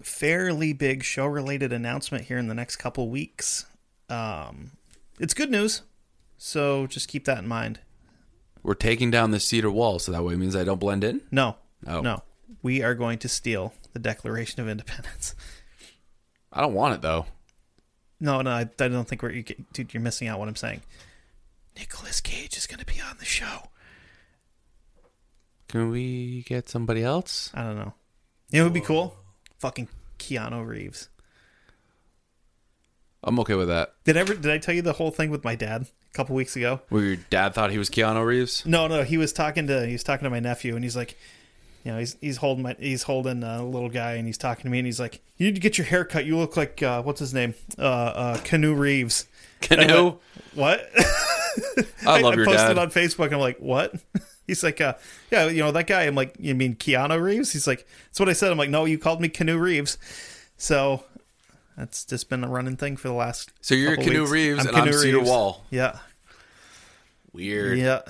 S2: fairly big show related announcement here in the next couple weeks. Um, it's good news, so just keep that in mind.
S3: We're taking down the cedar wall, so that way it means I don't blend in.
S2: No,
S3: Oh.
S2: no, we are going to steal the Declaration of Independence.
S3: I don't want it though.
S2: No, no, I, I don't think we're. You, get- dude, you're missing out. What I'm saying. Nicholas Cage is going to be on the show.
S3: Can we get somebody else?
S2: I don't know. You know, it would be cool. Fucking Keanu Reeves.
S3: I'm okay with that.
S2: Did ever did I tell you the whole thing with my dad a couple weeks ago?
S3: Where your dad thought he was Keanu Reeves?
S2: No, no, he was talking to he was talking to my nephew and he's like you know, he's he's holding my he's holding a little guy and he's talking to me and he's like, "You need to get your hair cut. You look like uh, what's his name? Uh uh Canoe Reeves."
S3: Canoe.
S2: What?
S3: I
S2: I
S3: love your
S2: posted
S3: dad.
S2: on Facebook. I'm like, "What?" He's like, uh, "Yeah, you know that guy." I'm like, "You mean Keanu Reeves?" He's like, "That's what I said." I'm like, "No, you called me Canoe Reeves." So that's just been a running thing for the last.
S3: so you're
S2: couple
S3: Canoe
S2: weeks.
S3: Reeves and I'm
S2: Keanu
S3: Cedar
S2: Reeves.
S3: Wall.
S2: Yeah,
S3: Weird.
S2: Yeah,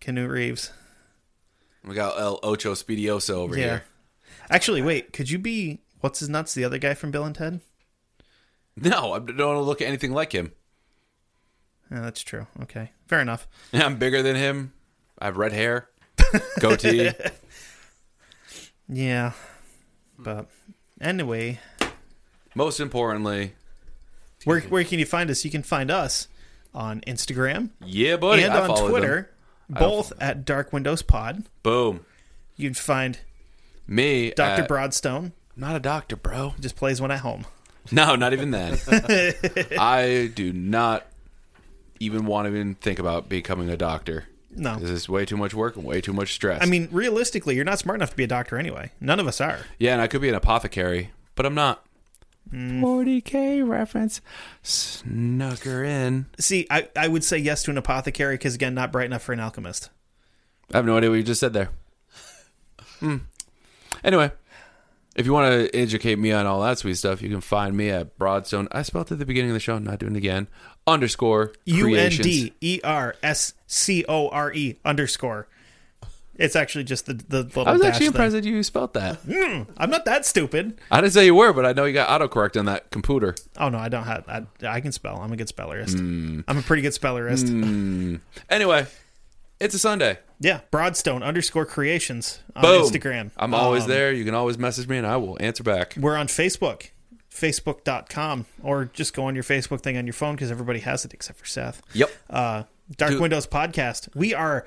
S2: Canoe Reeves.
S3: We got El Ocho Speedioso over
S2: Yeah.
S3: here.
S2: Actually, wait. Could you be what's his nuts? The other guy from Bill and Ted.
S3: No, I don't want to look at anything like him.
S2: Yeah, that's true. Okay, fair enough.
S3: I'm bigger than him. I have red hair, goatee.
S2: Yeah, but anyway,
S3: Most importantly,
S2: where where can you find us? You can find us on Instagram
S3: yeah, buddy.
S2: and
S3: I
S2: on
S3: follow them.
S2: Twitter, both at Dark Windows Pod.
S3: Boom.
S2: You'd find
S3: Me,
S2: Doctor
S3: at-
S2: Broadstone
S3: I'm not a doctor, bro.
S2: just plays one at home.
S3: No, not even that. I do not even want to even think about becoming a doctor.
S2: No.
S3: This is way too much work and way too much stress.
S2: I mean, realistically, you're not smart enough to be a doctor anyway. None of us are.
S3: yeah, and I could be an apothecary, but I'm not.
S2: Mm.
S3: 40k reference, snooker in.
S2: See, I, I would say yes to an apothecary because again, not bright enough for an alchemist.
S3: I have no idea what you just said there. Hmm. Anyway, if you want to educate me on all that sweet stuff, you can find me at Broadstone. I spelled it at the beginning of the show. I'm not doing it again. Underscore
S2: U N
S3: creations.
S2: D E R S C O R E underscore. It's actually just the the little.
S3: I was
S2: dash
S3: actually
S2: thing.
S3: impressed that you spelled that.
S2: I'm not that stupid.
S3: I didn't say you were, but I know you got autocorrect on that computer.
S2: Oh no, I don't have. I, I can spell. I'm a good spellerist.
S3: Hmm.
S2: I'm a pretty good spellerist.
S3: Anyway, it's a Sunday.
S2: Yeah, Broadstone underscore creations on
S3: Boom.
S2: Instagram.
S3: I'm always
S2: Um,
S3: there. You can always message me, and I will answer back.
S2: We're on Facebook, facebook.com, or just go on your Facebook thing on your phone because everybody has it except for Seth.
S3: Yep.
S2: uh, Dark
S3: Dude.
S2: Windows podcast. We are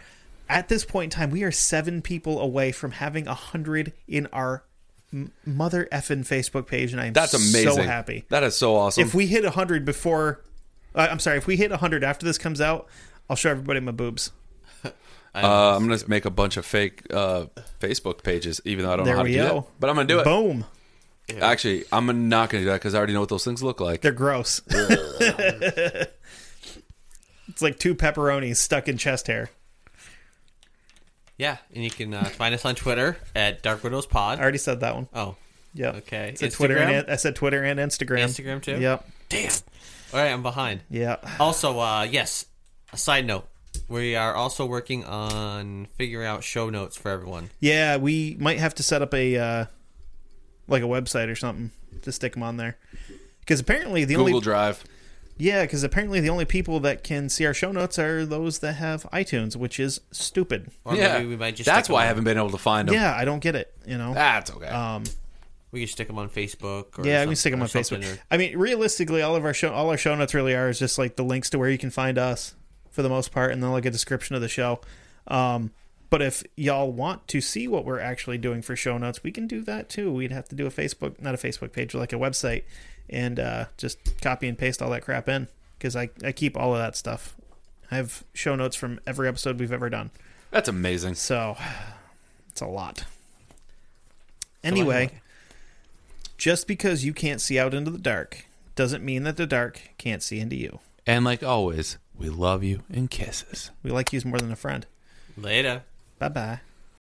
S2: at this point in time, we are seven people away from having a hundred in our m- mother effing Facebook page, and I am
S3: That's amazing.
S2: So happy.
S3: That is so awesome.
S2: If we hit a hundred before, uh, I'm sorry, if we hit a hundred after this comes out, I'll show everybody my boobs.
S3: uh, I'm going to make a bunch of fake uh, Facebook pages, even though I don't
S2: There
S3: know how to
S2: we
S3: do
S2: go.
S3: that. But I'm going to do it.
S2: Boom.
S3: Actually, I'm not going to do that because I already know what those things look like.
S2: They're gross. it's like two pepperonis stuck in chest hair.
S1: Yeah, and you can uh, find us on Twitter at Dark Widows Pod.
S2: I already said that one.
S1: Oh,
S2: Yeah.
S1: Okay.
S2: I said Twitter
S1: Instagram?
S2: and I said Twitter and Instagram.
S1: Instagram too?
S2: Yep.
S1: damn. All right, I'm behind.
S2: Yeah.
S1: Also, uh, yes, a side note. We are also working on figuring out show notes for everyone.
S2: Yeah, we might have to set up a uh, like a website or something to stick them on there. Because apparently the
S3: Google
S2: only
S3: Drive.
S2: yeah, because apparently the only people that can see our show notes are those that have iTunes, which is stupid.
S1: Or
S3: yeah.
S1: maybe we might just
S3: That's
S1: stick 'em
S3: why I
S1: on-
S3: haven't been able to find them.
S2: Yeah, I don't get it. You know.
S3: That's okay.
S2: Um,
S1: We can stick them on Facebook. Or
S2: yeah,
S1: some-
S2: we can stick them
S1: or
S2: on
S1: something,
S2: Facebook.
S1: or-
S2: I mean, realistically, all of our show all our show notes really are is just like the links to where you can find us for the most part, and then like a description of the show. Um, but if y'all want to see what we're actually doing for show notes, we can do that too. We'd have to do a Facebook, not a Facebook page, like a website, and uh, just copy and paste all that crap in because I I keep all of that stuff. I have show notes from every episode we've ever done.
S3: That's amazing.
S2: So it's a lot. Anyway, just because you can't see out into the dark doesn't mean that the dark can't see into you.
S3: And like always, we love you and kisses.
S2: We like you more than a friend.
S1: Later.
S2: Bye bye.